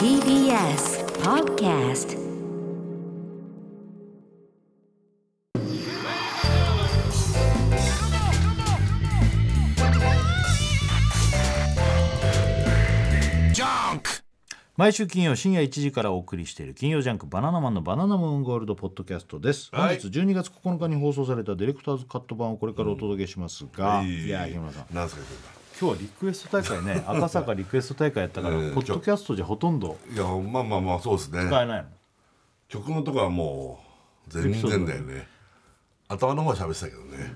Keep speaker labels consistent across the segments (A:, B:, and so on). A: TBS Podcast
B: 毎週金曜深夜1時からお送りしている金曜ジャンクバナナマンのバナナムーンゴールドポッドキャストです、
C: はい
B: 本日12月9日に放送されたディレクターズカット版をこれからお届けしますが、
C: えー
B: いや日村さん
C: なんすか
B: 今日はリクエスト大 会ね赤坂リクエスト大会やったから、
C: うん
B: ポッドキャストじゃほとんど
C: これいやまあまあまあそうですね
B: 使えないの
C: 曲のとこはもう全然だよね頭の方は喋ってたけどね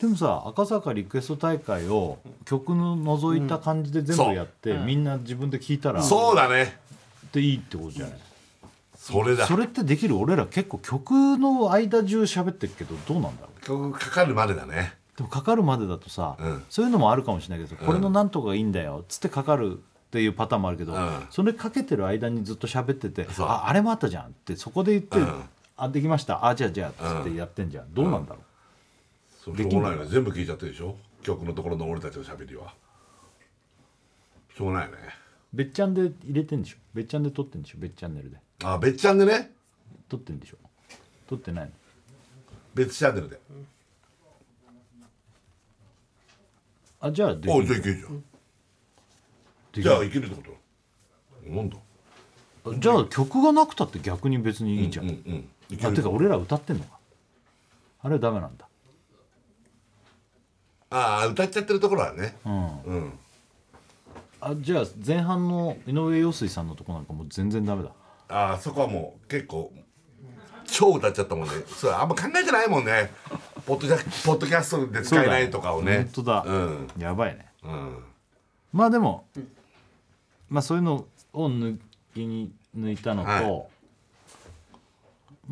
B: でもさ赤坂リクエスト大会を曲の除いた感じで全部やって、みんな自分で聞いたら
C: そうだね
B: っていいってことじゃない
C: それだ
B: それってできる俺ら結構曲の間中喋ってるけどどうなんだろ
C: 曲
B: う
C: かかるまでだね
B: でもかかるまでだとさ、
C: うん
B: そういうのもあるかもしれないけどこれのなんとかがいいんだよっつってかかるっていうパターンもあるけど、
C: ん
B: それかけてる間にずっと喋ってて「
C: そう
B: ああれもあったじゃん」ってそこで言って「
C: うん
B: あできましたあじゃあじゃあ」っつってやってんじゃん、どうなんだろ
C: それしょうがないよね全部聞いちゃってるでしょ曲のところの俺たちの喋りはしょうがないよね
B: うべっちゃんで入れてんでしょべっちゃんで撮ってんでしょべっチャンネルで
C: あ別チャンネルね
B: 撮ってんでしょ撮ってないの
C: 別チャンネルで
B: あじゃあで
C: お
B: き
C: じゃあいけるじゃんじゃあいけるってことなんだ
B: あじゃあ曲がなくたって逆に別にいいじゃ
C: う
B: ん、
C: んうんいけ
B: あて
C: る
B: か俺ら歌ってんのかあれはダメなんだ
C: ああ歌っちゃってるところはねうん、
B: あじゃあ前半の井上陽水さんのとこなんかもう全然ダメだ
C: ああそこはもう結構超歌っちゃったもんねそれあんま考えてないもんねポッドキャポッドキャストで使えないとかをね
B: そうだよ本当だ、
C: うん
B: やばいね
C: うん
B: まあでも、まあそういうのを抜きに抜いたのと、
C: はい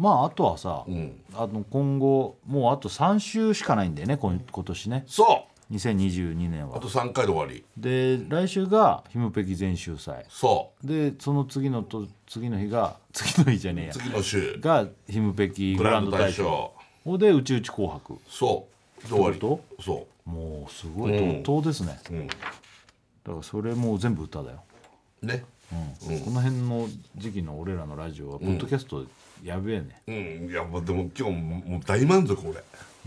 B: まああとはさ、
C: ん
B: あの今後もうあと3週しかないんだよね今今年ね
C: そ
B: 2022年
C: うあ
B: は
C: と3回で終わり
B: で来週が「ひむぺき全集祭
C: そ」
B: でその次のと次の日が次の日じゃねえ
C: う
B: や
C: 次の週
B: が「ひむぺき
C: ブ
B: グ
C: ラ
B: ラ
C: ン
B: ン
C: ド
B: ド
C: 大
B: 大
C: 賞
B: 賞」で「うちうち紅白
C: そうで終わり
B: どういうこ
C: そ」
B: もうすごい
C: うん
B: 怒涛ですね、
C: ううん
B: だからそれもう全部歌だよ
C: ね
B: うんこの辺の時期の俺らのラジオはポッドキャストやべえね、
C: うんいやもうでも今日ももう大満足俺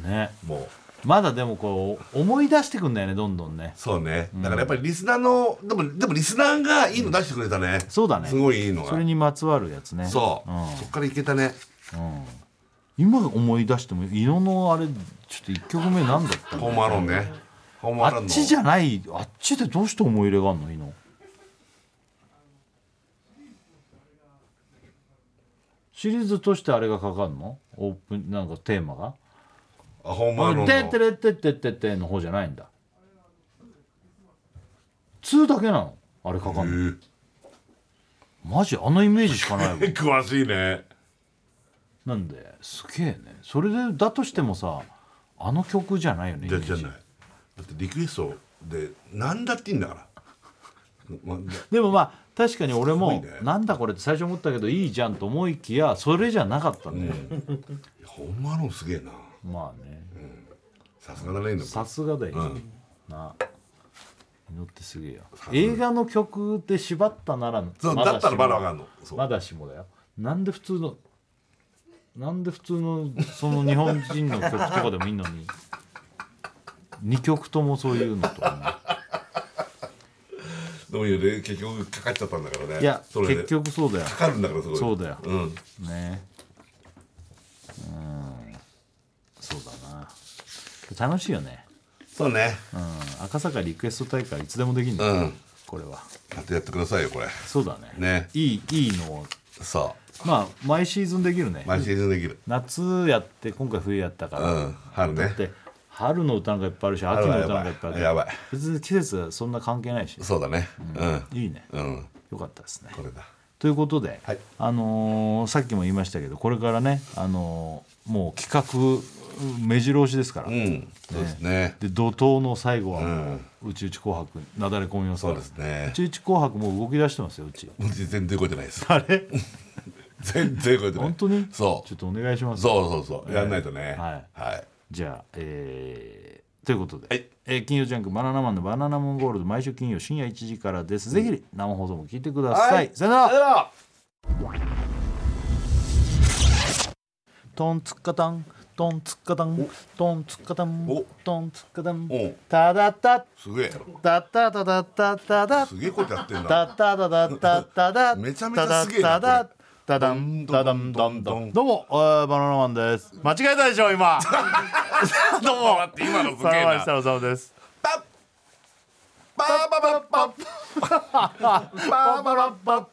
B: ね
C: もう
B: まだでもこう思い出してくんだよねどんどんね
C: そうねだからやっぱりリスナーのでもでもリスナーがいいの出してくれたね、
B: そうだね
C: すごいいいのが
B: それにまつわるやつね
C: そう、
B: ん
C: そっからいけたね
B: 今思い出しても伊野のあれちょっと1曲目なんだった
C: ホー
B: の
C: ムアローンねホームアロー
B: あ
C: ン
B: っ
C: の
B: ちじゃないあっちでどうして思い入れがあんの伊野シリーズとしてあれがかかるのオープンなんかテーマが
C: あホームアローンの
B: 「てってれってってってって」の方じゃないんだ2だけなのあれかかんの
C: え
B: マジあのイメージしかないわ
C: え詳しいね
B: なんですげえねそれでだとしてもさあの曲じゃないよね
C: じゃじゃない
B: イメー
C: だ
B: ジ
C: ってリクエストで何だっていいんだからま
B: でもまあ確かに俺も、
C: すごいね
B: なんだこれって最初思ったけどいいじゃんと思いきやそれじゃなかったね、
C: ホームアローンすげえな
B: まあね
C: さすがだねの
B: さすがだよ、
C: うん
B: な祈ってすげえよ映画の曲で縛ったなら
C: そう
B: ま
C: だったら
B: しも
C: まだわかんのそう
B: まだしもだよなんで普通のなんで普通のその日本人の曲とかでもいいのに2曲ともそういうのとか
C: どういうね結局かかっちゃったんだからね
B: ねいや
C: それで
B: 結局そうだよ
C: かかるんだからすごい
B: そうだよ
C: うん
B: ねうんそうだな楽しいよね、
C: そうね
B: うん、赤坂リクエスト大会いつでもできるんだ
C: う
B: よ、
C: ん
B: これは
C: またやってくださいよこれ
B: そうだね
C: ね
B: いいいいのを
C: そ
B: まあ毎シーズンできるね
C: う毎シーズンできる
B: 夏やって今回冬やったか
C: う
B: ら、
C: ん春
B: だ
C: ね
B: って春の歌なんかいっぱいあるし
C: 春
B: 秋
C: は
B: の
C: や
B: 歌
C: ば
B: ないんかいっぱいある
C: やばい
B: 別に季節はそんな関係ないし
C: そうだねうん
B: いいね
C: うん
B: よかったですね
C: これだ
B: ということで、
C: はい
B: あのーさっきも言いましたけどこれからね、あのーもう企画目白押しですから、
C: うんそうですね
B: で怒涛の最後はもう「うちうち紅白」なだれ込みます
C: そ
B: か
C: う
B: ら
C: ですね
B: うちうち紅白」もう動き出してますようち
C: うち全然動いてないです
B: あれ
C: 全然動いてない
B: 本当に
C: そう
B: ちょっとお願いします
C: そうそうそう、やんないとね。
B: はい
C: はい。
B: じゃあ、えーということで、
C: はい
B: えー金曜ジャンクバナナマンのバナナモンゴールド毎週金曜深夜1時からです。ぜひ生放送も聞いてください。
C: はい
B: さよな
C: さよ
B: ら。
C: なら
B: トンツッカタン、トンツッカタン、トンツッカタン
C: お、
B: トンツッカタン
C: お。
B: タダタ
C: すげえ
B: タタタタタタタ
C: すげえことやってん
B: タ
C: な
B: タタタタタタ。
C: めちゃめちゃすげえな
B: タタタ
C: こ
B: タタダンタダンダンダ
C: どんどんどんど
B: ン。
C: ん
B: どうも、えーバナナマンです。間違えたでしょ今。
C: どうも待って今の すげ
B: さ
C: え
B: らば
C: な
B: 設楽さんです。
C: パッパーパラッパッパーパラッパッ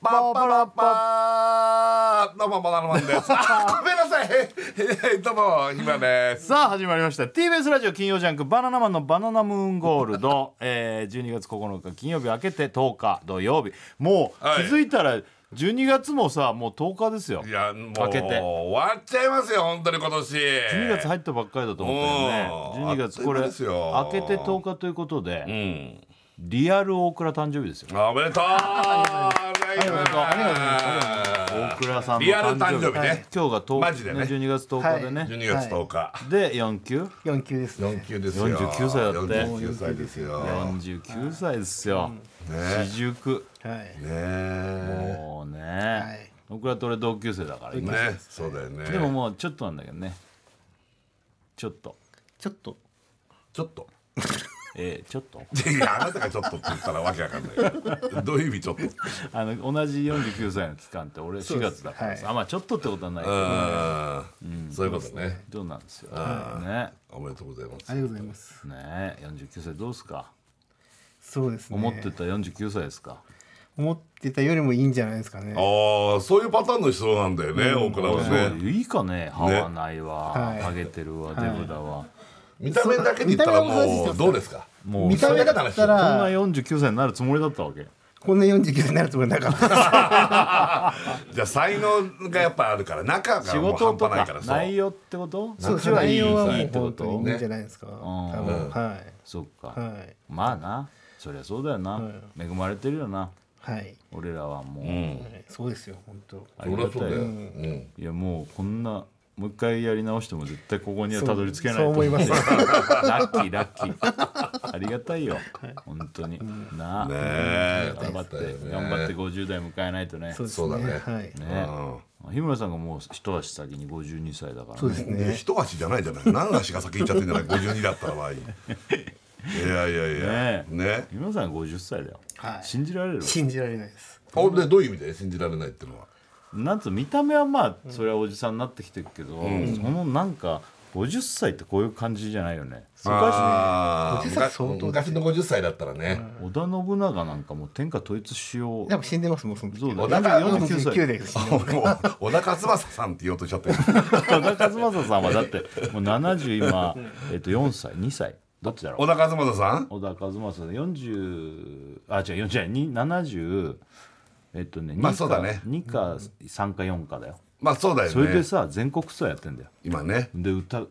C: パーパラッパーどうもバナナマンですあごめんなさいへへどうもひまです
B: さあ始まりました TBS ラジオ金曜ジャンク「バナナマンのバナナムーンゴールド」 えー、12月9日金曜日明けて10日土曜日もう
C: は
B: 気
C: い
B: づいたら12月もさもう10日ですよ
C: いやもう
B: 開けて
C: 終わっちゃいますよ本当に今年
B: 12月入ったばっかりだと思ったよね
C: うん
B: 12月これ
C: あ
B: 明
C: っという間です
B: け
C: よ
B: て10日ということで、
C: うん
B: リアル大倉誕生日ですよ
C: おめで とうあり
B: がとうございます大倉さんの
C: リアル
B: 誕
C: 誕
B: 生
C: 生
B: 日
C: 日ね
B: 今日が10
C: マジでね
B: 12月10日でね、
C: 12月10日
B: で4級
D: 四級ですね
C: 四級ですよ
B: 49歳だって
C: 49歳ですよね
B: 49歳ですよ四十九
D: はい
C: え
B: もうね、
D: い
B: 大倉と俺同級生だから今
C: ねそうだよね
B: でももうちょっとなんだけどねちょっと
D: ちょっと
C: ちょっと
B: えー、ちょっと
C: いやあなたがちょっとって言ったらわけわかんないよどういう意味ちょっとって
B: あの同じ49歳の期間って俺4月だからさ、
D: はい
B: あまあちょっとってことはないけ
C: う
B: ど、
C: んそういうことね
B: そうなんですよね
C: おめでとうございま
D: あ
C: す
D: りがとうございます
B: ね49歳どうですか
D: そうですね
B: 思ってた49歳ですか
D: 思ってたよりもいいんじゃないですかね
C: ああそういうパターンの人なんだよね大倉
B: そう
C: はね
B: いいかね歯はないわ、
D: はい
B: ハゲてるわデブだわ、
C: 見た目だけで言ったらもうどうですか
B: もう
D: 見た目だった
B: こんな
D: ら
B: 49歳になるつもりだったわけ
D: こんな49になるつもりなかった
C: じゃあ才能がやっぱあるから中が
B: 仕
C: もう
B: 事
C: 半
B: と
C: 端ない
B: か
C: からそう
B: 内容ってこと
D: そう
B: こっ
D: です
B: ち
D: ね
B: はい
D: 内
B: い
D: 容はもう
B: ってこ
D: 本当
B: と
D: にいいんじゃないですか多分は
B: そっか、
D: いはい
B: まあなそりゃそうだよな、恵まれてるよな
D: はい
B: 俺らはもう、
C: うん
D: はいそうですよ本当
B: あ
C: そ
B: り
C: り
B: が
C: ゃそう
B: た
C: だ
B: い
C: よう
B: よ
C: ん
B: いやもうこんなもう一回やり直しても絶対ここには
D: そう
B: たどり着けない
D: そう
B: と
D: 思いま す
B: ラッキーラッキーありがたいよ本当に、なあ、
C: ねえ
B: 頑張って、頑張って50代迎えないとね
D: そうです
C: そうだね
D: ねはい
B: ね日村さんがもう一足先に52歳だから
D: そう
B: ね、
D: です
C: いや
D: ね
C: 一足じゃないじゃない何足が先行っちゃってんじゃない52だったら場合いやいやいや
B: ねえ
C: ね
B: 日村さんが50歳だよ、
D: はい
B: 信じられる
D: 信じられないです
C: ほんでどういう意味で信じられないってのは
B: なんつう見た目はまあそれはおじさんになってきてるけど、そのなんか50歳ってこういう感じじゃないよね
C: あー
D: 50歳相当
C: 昔の50歳だったらね
B: 織田信長なんかもう天下統一しよう
D: でも死んでますもうその時
B: そうだ
C: 織田が
B: 49
D: 49
B: 歳
D: です
C: もう小田和正さんって言おうとしちゃったよ
B: 織田和正さんはだってもう70今、えっと4歳2歳どっちだろ
C: 小
B: う
C: 田和正さん
B: 織田和正さん40あ違う40じゃないに70えっとね
C: まあそうだね
B: 2か3か4かだよ
C: まあそうだよ
B: それで
C: ね
B: さ全国ツアーやってんだよ
C: 今ね
B: で歌う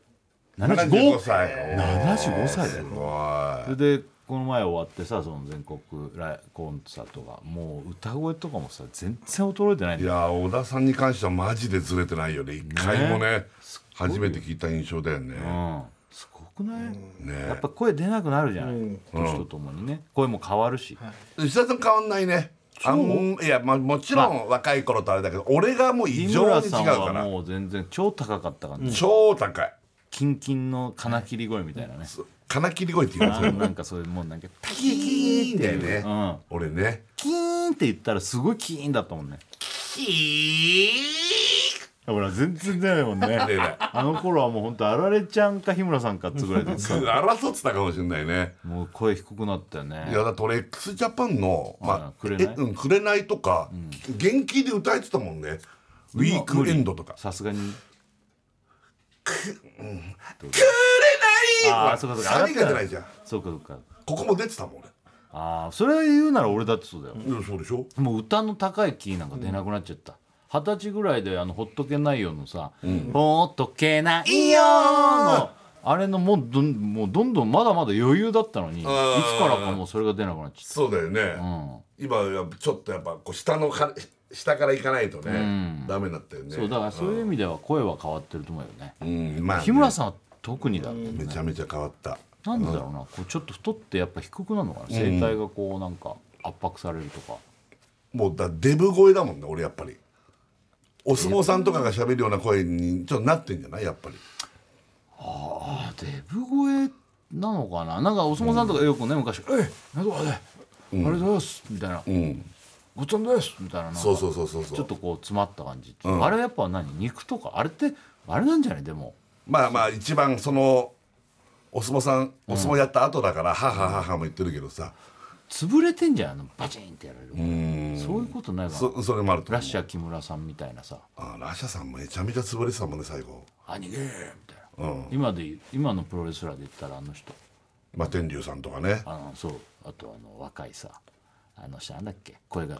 C: 75
B: 75
C: 歳
B: 75歳だ
C: す
B: よ
C: ご
B: それでこの前終わってさその全国ライコンサートがもう歌声とかもさ全然衰えてないん
C: いい
B: だよ
C: や小田さんに関してはマジでずれてないよね一回もね初めて聞いた印象だよね
B: うんすごくない、
C: ね
B: やっぱ声出なくなるじゃない、年とともにね声も変わるし、
C: 吉田さん変わんないねあんいや、まあ、もちろん若い頃とあれだけど俺がもう異
B: 井
C: 常
B: 村
C: に違う
B: さ
C: か
B: んは
C: ら
B: もう全然超高かったからね、
C: 超高い
B: キンキンの金切り声みたいなね、
C: 金切り声って言うんです
B: あ
C: よ
B: なんかそういうもんなんかタキ
C: キーンだよね、
B: うん
C: 俺ね
B: キーンって言ったらすごいキーンだったもんね
C: キー
B: ほら全然出ないもんね
C: ン出ない
B: あの頃はもうほんとあられちゃんか日村さんかっつぐらいでさ
C: 争ってたかもしれないね
B: もう声低くなったよね
C: いやだって俺 x ジャパンの「まあ、
B: うん紅
C: えうん紅」とか、元気で歌えてたもんね「ウィークエンド」とか
B: さすがに
C: 「紅」
B: あー
C: は
B: そう
C: サ
B: か
C: ビ
B: そうか
C: が出ないじゃん
B: そうかそうか
C: ここも出てたもん
B: ああそれ言うなら俺だってそうだよ、
C: 俺いやそうでしょ
B: もう歌の高いキーなんか出なくなっちゃった二十、歳ぐらいであの「ほっとけないよ」のさ「ほっとけないよ」のあれのもうどんもうどんどんまだまだ余裕だったのにいつからかもうそれが出なくなっちゃっ
C: そうだよね、
B: たうん
C: 今やっぱちょっとやっぱこう下のか下から行かないとね、ダメだったよね
B: そうだからそういう意味では声は変わってると思うよね、
C: うんまあね、
B: 日村さんは特にだ、ね
C: めちゃめちゃ変わった
B: なんだろうなこうちょっと太ってやっぱ低くなるのかな声帯がこうなんか圧迫されるとか
C: もうだデブ声だもんね俺やっぱりお相撲さんとかが喋るような声にちょっとなってんじゃないやっぱり
B: あデブ声なのかななんかお相撲さんとかよくね昔「えいなんとかでありがとうございます」みたいな
C: うん
B: 「ごちそうさまです」みたいななんか
C: そうそうそうそうそう
B: ちょっとこう詰まった感じ、
C: ん
B: あれやっぱ何肉とかあれってあれなんじゃないでも
C: まあまあ一番そのお相撲さんお相撲やった後だから「はははは」も言ってるけどさ
B: 潰れてんじゃんあのバチンってやられる、
C: うん
B: そういうことないかな
C: そそれもあると
B: ラッ
C: 思う
B: シャー木村さんみたいなさ
C: あラッシャさんめちゃめちゃ潰れてたもんね最後
B: 「あ逃げー」みたいな、
C: うん
B: 今で言う今のプロレスラーで言ったらあの人
C: 摩天龍さんとかね
B: あのそうあとあの若いさあの人なんだっけ声が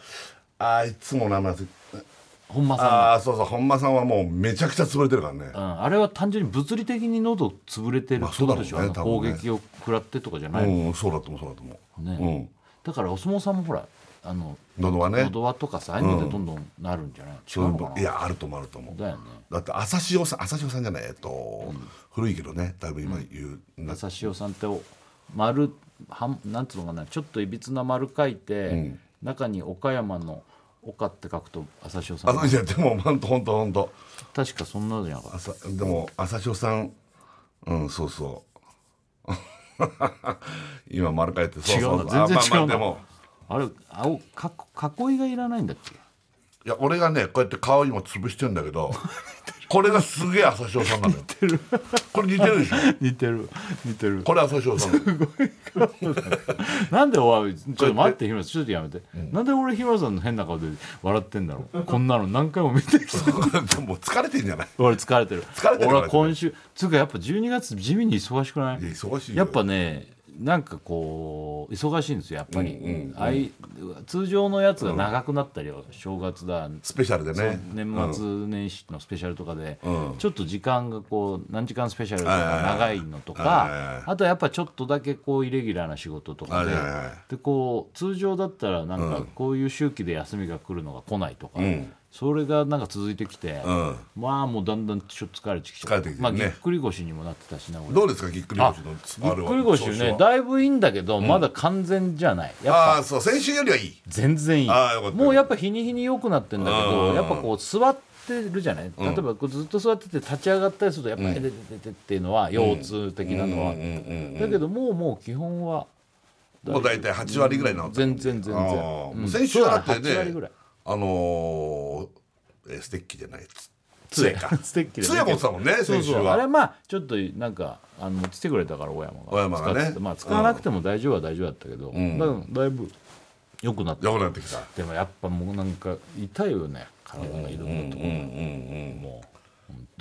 C: あいつも名前忘れ
B: 本間さんだ
C: ああそうそう本間さんはもうめちゃくちゃ潰れてるからね
B: うん、あれは単純に物理的に喉潰れてる
C: まあ
B: ってことでしょ、
C: そうだろうね
B: あの
C: 多
B: 攻
C: 分ね
B: 撃を食らってとかじゃない、
C: うんそうだと思うそうだと思う
B: ねだからお相撲さんもほらあの
C: うん喉はね
B: 喉輪とかさああいうのでどんどんなるんじゃない、違うのかない
C: やあると思うあると思う
B: だよね
C: だって朝潮さん朝潮さんじゃないえっと、古いけどねだいぶ今言う、な
B: 朝潮さんってお丸はんなんつうのかなちょっといびつな丸書いて、中に岡山の岡って書くと朝潮さん
C: あいやでもほんとほんとほんと
B: 確かそんなのじゃなかった
C: 朝でも朝潮さんうんそうそう 今丸書いてそう
B: 違
C: そうう
B: な全
C: あまあ
B: 然違
C: まあ
B: う
C: でも
B: なあれ青か囲いがいらないんだっけ
C: いや俺がねこうやって顔今潰してるんだけ どこれがすげえ朝潮さんなのよ似てるこれ似てるでしょ
B: 似てる似てる
C: これ朝潮さんなの
B: なんでおいちょっと待って日村さんちょっとやめて、なんで俺日村さんの変な顔で笑ってんだろうこんなの何回も見てきた
C: でも疲れてんじゃない
B: 俺疲れてる
C: 疲れてる
B: 俺は今週つうかやっぱ12月地味に忙しくない
C: いや忙しいよ
B: やっぱねなんかこう忙しいんですよやっぱり、あい通常のやつが長くなったりは、正月だ
C: スペシャルでね
B: 年末年始のスペシャルとかで、
C: うん
B: ちょっと時間がこう何時間スペシャルとか
C: はいはいはい
B: 長いのと
C: はいはいはい
B: かあとはやっぱちょっとだけこうイレギュラーな仕事とかで,、
C: はいはいはい
B: でこう通常だったらなんかこういう周期で休みが来るのが来ないとか、
C: ん
B: それがなんか続いてきて、
C: うん
B: まあもうだんだんちょっと疲れてきて
C: 疲れてきてるね
B: まあ、ぎっくり腰にもなってたしな俺
C: どうですかぎっくり
B: あ
C: 腰のつ
B: ぎっくり腰ねだいぶいいんだけど、まだ完全じゃないやっぱ
C: ああーそう先週よりはいい
B: 全然いい
C: あーよかった
B: もうやっぱ日に日に良くなってんだけ
C: う
B: ど
C: ん
B: やっぱこう座ってるじゃない例えばこうずっと座ってて立ち上がったりするとやっぱり「えででで」っていうのは腰痛的なのはだけどもうもう基本は
C: もう大体8割ぐらいなの
B: 全然全
C: あ
B: 然
C: ー
B: うん
C: もう先週はだって
B: そう8割ぐら
C: ね
B: い
C: あのーえーステッキじゃないつ
B: 杖
C: か
B: ステッキでね
C: 杖持ってたもんね
B: そう
C: 先週
B: そうあれ
C: は
B: まあちょっとなんかあの持ってきてくれたから小山が
C: 小山がね
B: 使っててまあ使わなくても大丈夫は大丈夫だったけど、だだいぶ良くなった
C: よくなってきた
B: でもやっぱもうなんか痛いよね体がいろんなところがもう。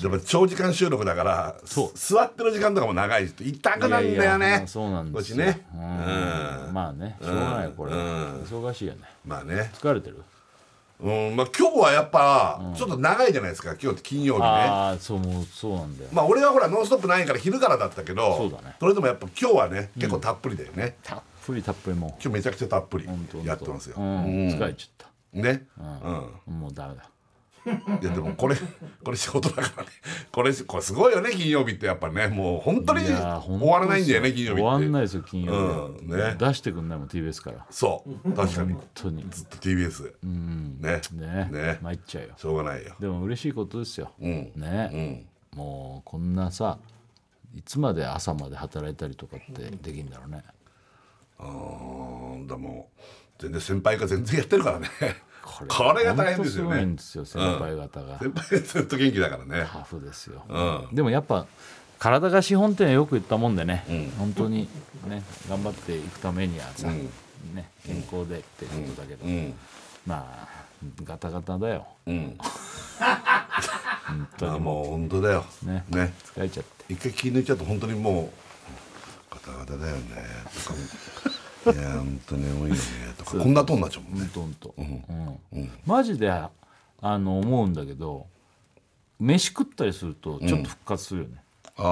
C: やっぱ長時間収録だから
B: そう
C: す座ってる時間とかも長いし痛くなるんだよ
B: いやいや
C: ね
B: そうなんです
C: 腰
B: よ
C: ね
B: うんまあねしょうがないよこれ忙しいよね
C: まあね
B: 疲れてる
C: うんまあ今日はやっぱちょっと長いじゃないですか今日って金曜日ね
B: ああそうもうそうなんだよ
C: まあ俺はほら「ノンストップ!」ないから昼からだったけど
B: そうだね
C: れでもやっぱ今日はね結構たっぷりだよね
B: たっぷりたっぷりも
C: 今日めちゃくちゃたっぷり
B: うほんとほんと
C: やってますよ
B: うん疲れちゃっ
C: ねうん
B: たもうダメだ
C: いやでもこれ これ仕事だからねこれこれすごいよね金曜日ってやっぱねもう本当に
B: い
C: 終
B: やーほと
C: わらないんだよね金曜日って
B: 終わんないですよ金曜
C: う
B: 日
C: んね
B: 出してくんないもん TBS から
C: そう確かに
B: 本当に
C: ずっと TBS ね
B: ね
C: ね
B: 参っちゃうよ
C: しょうがないよ
B: でも嬉しいことですよ
C: ん
B: ねもうこんなさいつまで朝まで働いたりとかってできんだろうね
C: うーんでも全然先輩が全然やってるからねこれが大変ですよ
B: 本当すごいん
C: ね
B: ですよ先輩方が、
C: 先輩がずっと元気だからね
B: タフですよ、
C: う
B: でもやっぱ体が資本っていうのはよく言ったもんでね、本当にね頑張っていくためにはさ、ね、健康でってことだけど、
C: うん
B: まあガタガタだよ
C: うん
B: 本当
C: あ
B: に
C: もう本当だよ
B: ね
C: ね
B: 疲れちゃって
C: 一回気抜いちゃうと本当にもうガタガタだよねと かいや本当に多いよねとかこんなとんなっちゃうもん
B: うん
C: ね
B: とうんと、うんマジであの思うんだけど飯食ったりするとちょっと復活するよね、
C: あ
B: やっぱご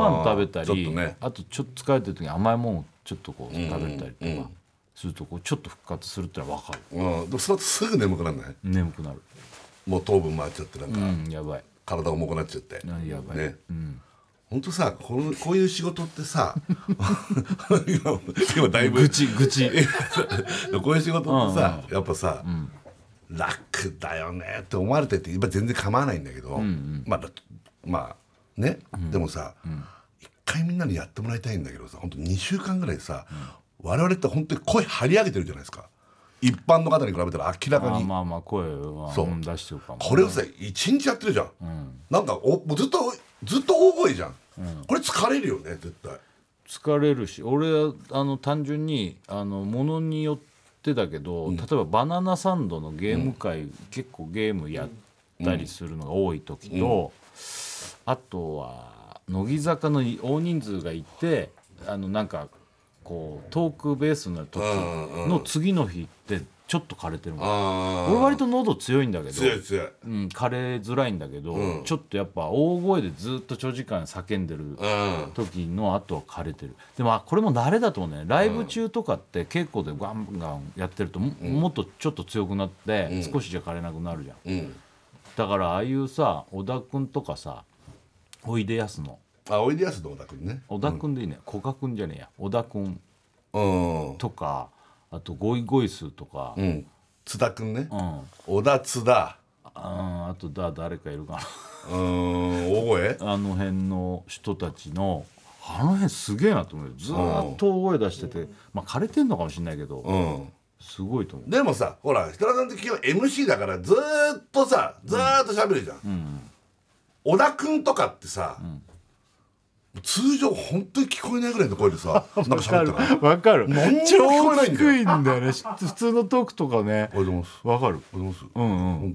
B: 飯食べたり
C: ちょっとね
B: あとちょっと疲れてる時に甘いもんをちょっとこう食べたりとかするとこうちょっと復活するってのは分かる
C: うんでもその後すぐ眠くならない
B: 眠くなる
C: もう糖分回っちゃってなん
B: う
C: か
B: んやばい
C: 体重くなっちゃって
B: なやばい
C: ね本当さこのこういう仕事ってさ 今今だいぶ
B: 愚痴愚痴
C: こういう仕事ってさ、やっぱさ、楽だよねって思われてて今全然構わないんだけど、まあだまあね、でもさ、一回みんなにやってもらいたいんだけどさ本当2週間ぐらいさ、我々って本当に声張り上げてるじゃないですか一般の方に比べたら明らか
B: あ
C: に。
B: まあまあ声は
C: そう
B: うん出してるかも
C: これをさ一日やってるじゃん、なんかおもうずっとずっと大声じゃん、これ疲れるよね絶対
B: 疲れるし俺はあの単純にあのものによってだけど、例えばバナナサンドのゲーム会、結構ゲームやったりするのが多い時と、あとは乃木坂の大人数がいてあのなんかこうトークベースの時の次の日ってちょっと枯れてるの、
C: あ
B: 俺割と喉強いんだけど
C: 強い強い
B: うん、枯れづらいんだけど、
C: うん
B: ちょっとやっぱ大声でずっと長時間叫んでる
C: うん
B: 時の後は枯れてるでもあこれも慣れだと思うねライブ中とかって稽古でガンガンやってるとも,、もっとちょっと強くなって、
C: ん
B: 少しじゃ枯れなくなるじゃん
C: うん
B: だからああいうさ小田君とかさおいでやすの
C: あおいでやす野田君ね
B: 小田君でいいね、古賀君じゃねえや小田君
C: うん、
B: とかあとゴイゴイスーとか、う
C: うんん、津田君ね、
B: あ
C: 小田津田
B: あとだ誰かいるかな
C: うーん大声
B: あの辺の人たちのあの辺すげえなと思うよずーっと大声出してて、まあ、枯れてんのかもしれないけど、
C: うん
B: すごいと思う
C: でもさほら設楽さんって基本 MC だからずーっとさずーっと喋るじゃん、小田君とかってさ、通常本当に聞こえないぐらいの声で さなんか喋ってない
B: わかる
C: 何にも
B: 超
C: 聞こえないんだよ
B: 低いんだよねし普通のトークと
C: お
B: かね
C: はようございます
B: わかる
C: おはようございます
B: うんうん
C: 本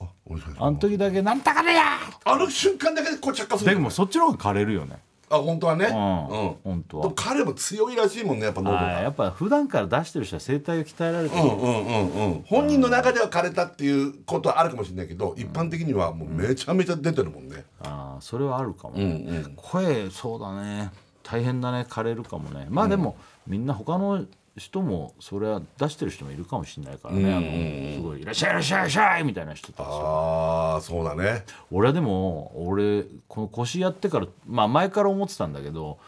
C: 当あお願いします
B: あの時だけ「なんたかねや!
C: あの瞬間だけでこう着火」する
B: でもそっちの方が枯れるよね
C: あ本当はねうん
B: うん本当は
C: でも彼も強いらしいもんねやっぱ
B: あ
C: 喉
B: ーや
C: が
B: っぱ普段から出してる人は声帯が鍛えられて
C: う
B: る、
C: んうんうんうん本人の中では枯れたっていうことはあるかもしれないけど一般的にはもうめちゃめちゃ出てるもんね
B: あーそれはあるかも、
C: うんうん
B: 声そうだね大変だね枯れるかもねまあでも、みんな他の人もそれは出してる人もいるかもしれないからね、あのすごい「いらっしゃいいらっしゃいいらっしゃい」みたいな人たち
C: ああそうだね
B: 俺はでも俺この腰やってからまあ前から思ってたんだけど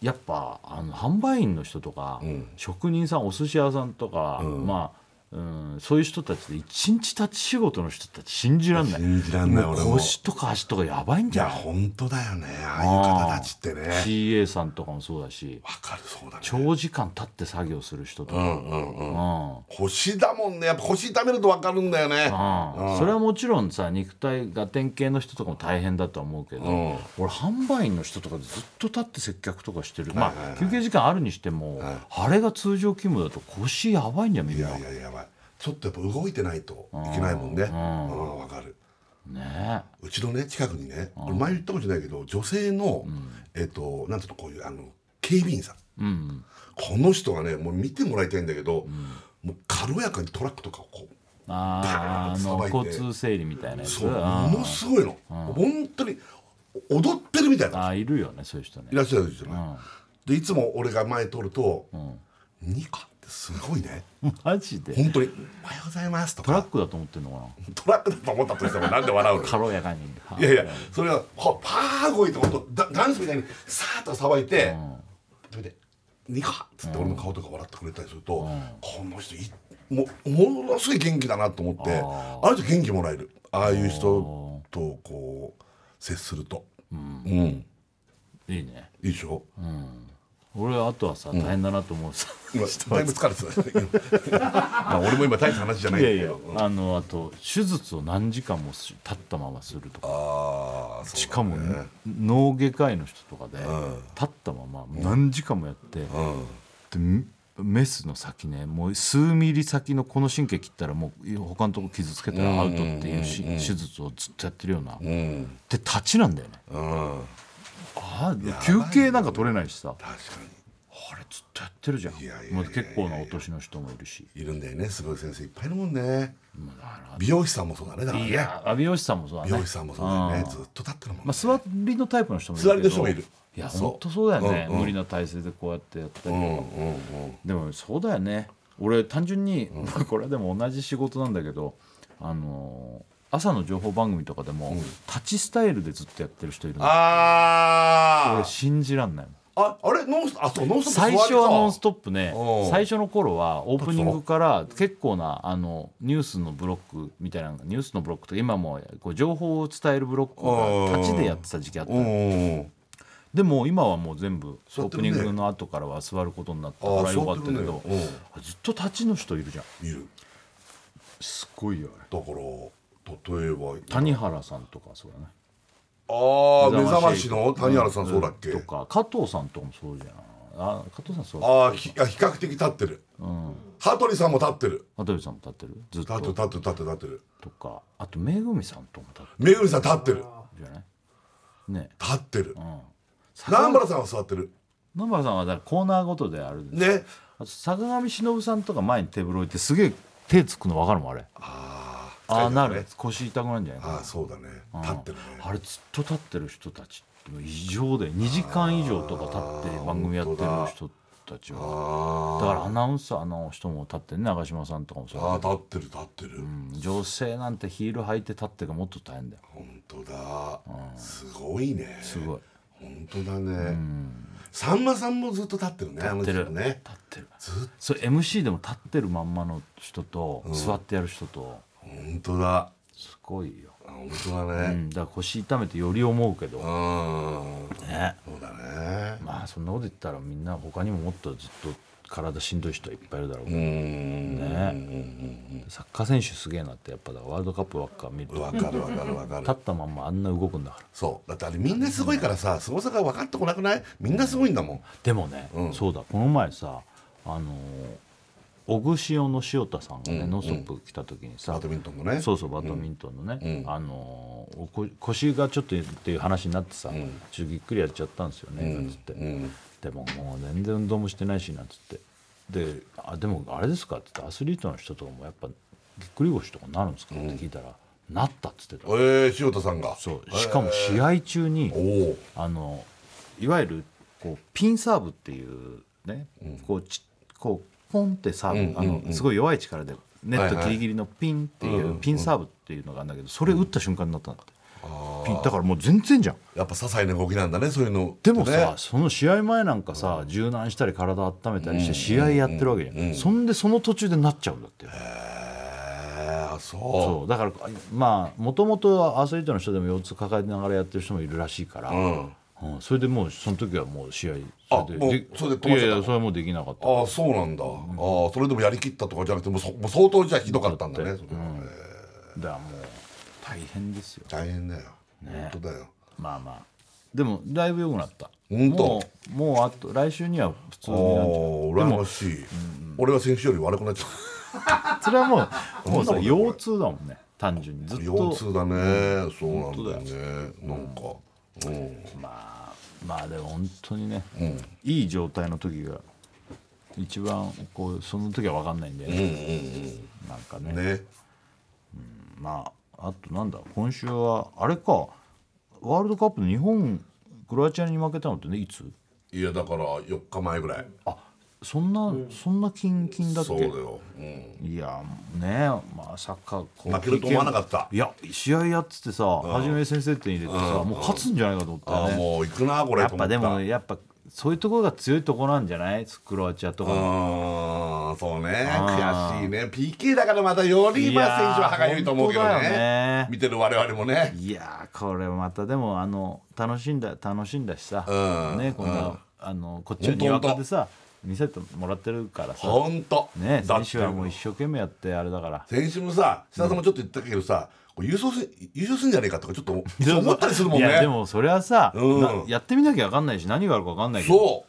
B: やっぱあの販売員の人とか、職人さんお寿司屋さんとか、まあうん、そういう人たちで一日立ち仕事の人たち信じらんない
C: 信じらんない俺も
B: 腰とか足とかやばいん
C: い
B: じゃ
C: や
B: ない
C: 本当だよねああいう方たちってね
B: CA さんとかもそうだし
C: わかるそうだね
B: 長時間立って作業する人と
C: う
B: か、
C: んうんうん
B: うん
C: 腰だもんねやっぱ腰痛めるとわかるんだよね
B: うんそれはもちろんさ肉体が典型の人とかも大変だとは思うけど、
C: ん
B: 俺販売員の人とかでずっと立って接客とかしてる、
C: はいはい
B: ま
C: は
B: あ
C: い
B: 休憩時間あるにしても、あれが通常勤務だと腰やばいんじゃんみ
C: い
B: んな
C: やいややばいちょっとやっぱ動いてないといけないもんねうんわかる
B: ね
C: うちのね近くにね俺前言ったかもしれないけど女性の、えっとなんていうのこういうあの警備員さん、
B: ん
C: この人はねもう見てもらいたいんだけど、もう軽やかにトラックとかをこう
B: あー
C: バー
B: あ
C: ン
B: の
C: とさばいて
B: 交通整理みたいなやつ
C: そう
B: あ
C: ものすごいの、本当に踊ってるみたいな
B: あーいるよねそういう人ね
C: いらっしゃるじゃない、でいつも俺が前通ると「ニカってすごいね
B: マジで
C: 本当に「おはようございます」と
B: トラッ
C: か
B: クだと思ってんのか
C: トラックだと思ったとしてもなんで笑うの
B: な軽やかに
C: いやいやそれはこうパー動いてことダダンスみたいにさーっとさばいて、それで「ニカ!」っつって俺の顔とか笑ってくれたりすると、この人いもものすごい元気だなと思ってああいう人元気もらえるああいう人とこう接するとうん、
B: いいね
C: いいでしょ、
B: 俺あとはさ大変だなと思うさ、
C: 今だいぶ疲れて たまあ俺も今大した話じゃない
B: い
C: ん
B: や
C: だ
B: い
C: け
B: や
C: ど、
B: あのあと手術を何時間もし立ったままするとか
C: ああ
B: し
C: そう
B: かも脳外科医の人とかで立ったまま何時間もやって、でメスの先ねもう数ミリ先のこの神経切ったらもう他のとこ傷つけたらアウトっていうし手術をずっとやってるような、で立ちなんだよね、ああ休憩なんか取れないしさあ
C: 確か
B: れずっとやってるじゃん
C: いやいやいやいや
B: もう結構なお年の人もいるし
C: にいるんだよねすごい先生いっぱいいるもんね美容師さんもそうだねだからね
B: いやあ美容師さんもそうだね
C: 美容師さんもそうだよねずっと立ってるもんね、
B: まあ、座りのタイプの人もいるけど
C: 座りの人もいる
B: いや
C: そう
B: 本当そうだよね、
C: うんうん
B: 無理な体勢でこうやってやったり、
C: うんうんうん
B: でもそうだよね俺単純に、まあこれでも同じ仕事なんだけどあのー朝の情報番組とかでも、立ちスタイルでずっとやってる人いるの
C: あ
B: 俺
C: ー
B: 信じらんないもん
C: ああれノンスあそうノンストップ
B: 最初は「ノンス
C: ト
B: トップね」
C: うん
B: 最初の頃はオープニングから結構なあのニュースのブロックみたいなのがニュースのブロックとか今もこう情報を伝えるブロックが立ちでやってた時期あったの
C: うん
B: でも今はもう全部オ
C: 座
B: ー
C: って
B: プ
C: るね
B: ニングの後からは座ることになった
C: あ
B: から
C: ー
B: よ
C: そ
B: か
C: う
B: った
C: って
B: け
C: るね
B: ど
C: うん
B: ずっと立ちの人いるじゃん
C: いる
B: すごいよあれ
C: だから例えば
B: 谷原さんとかそうだね
C: ああ目覚ましの谷原さんそうだっけ、
B: とか加藤さんとかもそうじゃんあ加藤さんそうだ
C: ああひあ比較的立ってる、羽鳥さんも立ってる
B: 羽鳥さんも立ってるずっ
C: 立ってる立
B: と
C: ってる立ってる立ってる
B: とかあとめぐみさんとかも立ってる
C: めぐみさん立ってる
B: じゃないね
C: 立ってる
B: うん
C: 南原さんは座ってる
B: 南原さんはだからコーナーごとであるんです
C: ね
B: あと坂上忍さんとか前にテーブル置いてすげえ手つくの分かるもんあれ
C: あー
B: ああ
C: 疲れ
B: な
C: たね
B: るやつ腰痛くなるんじゃないかな
C: ああそうだね立ってるね
B: あれずっと立ってる人たちって異常で2時間以上とか立って番組やってる人たちはだ
C: あ
B: からアナウンサーの人も立ってね長嶋さんとかも
C: あ
B: さ、
C: あー立ってる立ってる、
B: うん女性なんてヒール履いて立ってがもっと大変だよ
C: 本当だ、すごいね
B: すごい
C: 本当だね、さんまさんもずっと立ってるね
B: 立って
C: あの
B: る、
C: 人ね
B: 立ってる
C: ずっ
B: それ MC でも立ってるまんまの人と、座ってやる人と
C: 本当だ
B: すごいよ、
C: あ本当だ
B: う
C: ね
B: ん、だから腰痛めてより思うけど、
C: うん、
B: ね
C: そうだね
B: まあそんなこと言ったらみんな他にももっとずっと体しんどい人はいっぱいいるだろうけ
C: う
B: ど、
C: ん
B: ねサッカー選手すげえなってやっぱだワールドカップばっか見ると
C: わかるわかるわかる
B: 立ったまんまあんな動くんだから
C: そうだってあれみんなすごいからさすごさが分かってこなくないみんなすごいんだもん
B: でもね、
C: うん
B: そうだこの前さあのー小串用の塩田さんがね「
C: うん
B: ノンストップ!」来た時にさ、
C: バドミントンのね
B: そうそうバドミントンのね、
C: うん
B: あのーおこ腰がちょっとっていう話になってさ、
C: ん
B: ちょっとぎっくりやっちゃったんですよね、なんつって、
C: うん
B: でももう全然運動もしてないしなんつってであでもあれですかって言ってアスリートの人とかもやっぱぎっくり腰とかなるんですかって聞いたら、なったっつってた
C: えー、塩田さんが
B: そうしかも試合中に、
C: おお
B: あのいわゆるこうピンサーブっていうね、こうちこうポンってサーブ、
C: うんうんうん
B: あのすごい弱い力でネットギリギリのピンって
C: はい
B: い
C: はいう
B: ピンサーブっていうのがあるんだけどそれ打った瞬間になったんだって、
C: あ
B: ピンだからもう全然じゃん
C: ーやっぱ些細な動きなんだねそういうの
B: でもさ、
C: ね
B: その試合前なんかさ、柔軟したり体温めたりして試合やってるわけじゃん、そんでその途中でなっちゃうんだって
C: へえー、そ
B: そうだからあまあもともとアスリートの人でも腰痛抱えながらやってる人もいるらしいから、
C: ううん
B: うん、それでもうその時はもう試合
C: あ
B: それ
C: もう
B: でで
C: それで止まっちゃったの
B: いやいやそれはもうできなかった
C: ああそうなんだ、ああそれでもやりきったとかじゃなくてもうそもう相当じゃあひどかったんだね
B: だって
C: それは
B: うん
C: へ
B: だからもう大変ですよ
C: ー大変だよ、本当だよ
B: まあまあでもだいぶ良くなった
C: ほんと
B: もうもうあと来週には普通
C: ああ
B: になっちゃう
C: 羨ましい、俺は先週より悪くなっちゃった
B: それはも うも
C: そんなこ
B: うさ
C: とない
B: 腰痛だもんね単純にずっと
C: 腰痛だね、そうなんだよねなんか、うん、
B: まあまあでも本当にね、いい状態の時が一番こうその時は分かんないんで、なんかね
C: ね
B: まああとなんだ今週はあれかワールドカップで日本クロアチアに負けたのってねいつ
C: いやだから4日前ぐらい
B: あそんな、そんな近々だっ
C: そうだ
B: け
C: よ、うん、
B: いやねまさかこ
C: 負けると思わなかった
B: いや試合やっててさ初め先制点入れてさもう勝つんじゃないかと思った
C: あ
B: よ
C: あ
B: ね
C: もう行くなこれ
B: やっ
C: と思
B: ぱ
C: った
B: でもやっぱそういうところが強いところなんじゃないクロアチアとかの
C: うんそうね悔しいね PK だからまたよりまあ選手は歯がゆいと思うけど
B: いやー
C: ね
B: 本当だよね
C: 見てる我々もね
B: いやーこれまたでもあの楽しんだ楽しんだしさ、
C: うん
B: ねこんな、あのこっちは
C: ほんと
B: にわかでさ見せてもらってるからさ
C: ほんと
B: ね
C: だ
B: 選
C: っ
B: 手はもう
C: て
B: 一生懸命やってあれだから
C: 先週もさ設楽さんもちょっと言ったけどさ、こう優勝す優勝するんじゃねえかとかちょっと 思ったりするもん
B: いや
C: ね
B: でもそれはさ、
C: うん
B: なやってみなきゃわかんないし何があるかわかんないけど
C: そ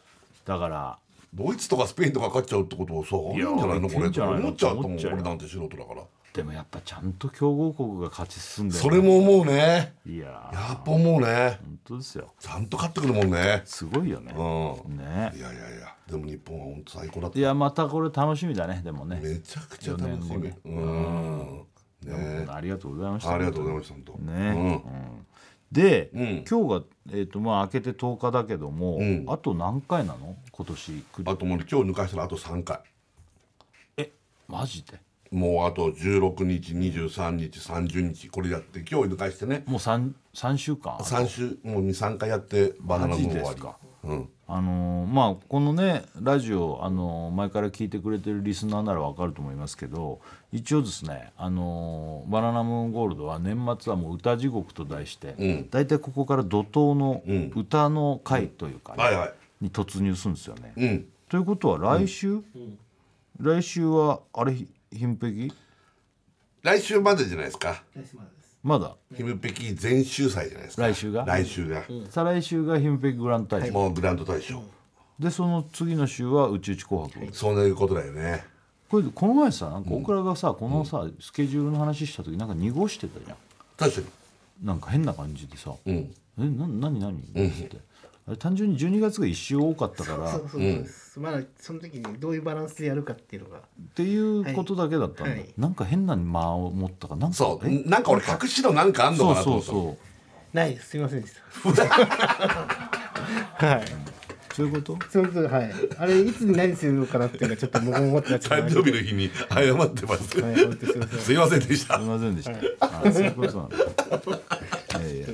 C: う
B: だから
C: ドイツとかスペインとか勝っちゃうってことをさあ
B: いや
C: るんじゃないのこ
B: いけ
C: れ
B: んじゃない
C: 思
B: の
C: っちゃうと
B: 思
C: 思
B: っ
C: う
B: ちゃうよ
C: 俺なんて素人だから
B: でもやっぱちゃんと強豪国が勝ち進んで
C: それも思うね
B: いやー
C: やっぱ思うね
B: 本当ですよ
C: ちゃんと勝ってくるもんね
B: すごいよね、
C: うん
B: ね
C: いやいやいやでも日本は本当最高だった
B: いやまたこれ楽しみだねでもね
C: めちゃくちゃ楽し
B: 四
C: み
B: 年
C: うんね
B: ありがとうございました
C: ありがとうございました本当
B: ね、うんで、
C: うん
B: 今日が、えーとまあ、明けて10日だけども、
C: ん
B: あと何回なの今年
C: うんあともう今日抜かしたらあと3回
B: えマジで
C: もうあと16日23日30日これやって今日抜かしてね
B: もう三三週間
C: 3週もう23回やってバナナム
B: マジ
C: ーン終
B: で
C: わ
B: す
C: り
B: か
C: うん
B: あのーまあこのねラジオ、あのー前から聞いてくれてるリスナーならわかると思いますけど一応ですね、あのーバナナムーンゴールド」は年末はもう歌地獄と題して、
C: ん
B: 大体ここから怒涛の
C: ん
B: 歌の回というかね、
C: はいはい
B: に突入するんですよね。
C: うん
B: ということは来週、来週はあれひ貧碧
C: 来週までじゃないですか
B: まだ
C: キムペキ全集祭じゃないですか
B: 来週が
C: 来週が、
B: 再来週が貧碧グランド大賞、
C: もうグランド大賞、
B: でその次の週は「うちうち紅白」
C: そういうことだよね
B: これこの前さなんか大倉がさ、このさ、スケジュールの話した時なんか濁してたじゃん
C: 確かに
B: なんか変な感じでさ「
C: うん
B: えな何何?」って、あれ単純に12月が一周多かったから
D: そ
B: っ
D: うそうです、まだその時にどういうバランスでやるかっていうのが
B: ていうことだけだったんだ、
D: はいはい
B: なんか変な間を持ったかなんか
C: そう
B: え
C: なんか俺隠しのなんかあんのか
B: そう
C: なと
B: そ
C: 思
B: う
C: った
B: そ
D: ないですすみませんでした はいう
B: そういうこと
D: そういうことではいあれいつに何するのかなっていうのがちょっと僕も思ってなっちゃった
C: 誕生日の日に謝ってます、
D: はい本当すみませ ん
C: すいませんでした
B: すみませんでした。あそういうことなんだ。いやいや、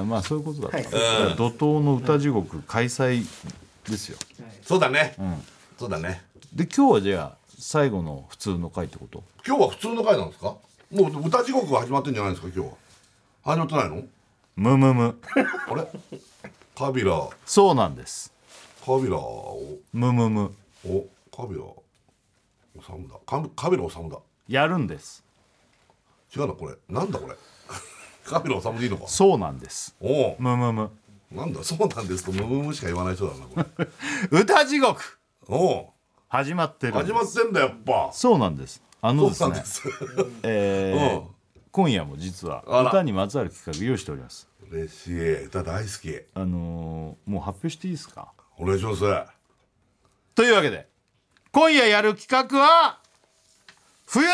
B: あまあそういうことだった。
D: はい
B: だから怒涛の歌地獄開催ですよ。
C: そうだね、そうだね
B: で今日はじゃあ最後の普通の回ってこと。
C: 今日は普通の回なんですかもう歌地獄が始まってんじゃないですか今日は始まってないの
B: むむむ。
C: あれカビラカ
B: そうなんです。
C: ビラを
B: むむむ。
C: おカビラ治むだカカビラ治むだ
B: やるんです。
C: 違うなこれなんだこれ カビラ治むでいいのか
B: そうなんです。
C: おお
B: むむむ。
C: なんだそうなんですとムムムしか言わない人だなこれ
B: 歌地獄
C: おお
B: 始まってるんです。
C: 始まってんだやっぱ
B: そうなんです。あの
C: そう
B: です
C: なんで。す
B: ねえー
C: うん
B: 今夜も実は
C: あら
B: 歌にまつわる企画用意しております。
C: 嬉しい歌大好き
B: あのーもう発表していいですか。
C: お願いします
B: というわけで今夜やる企画は冬の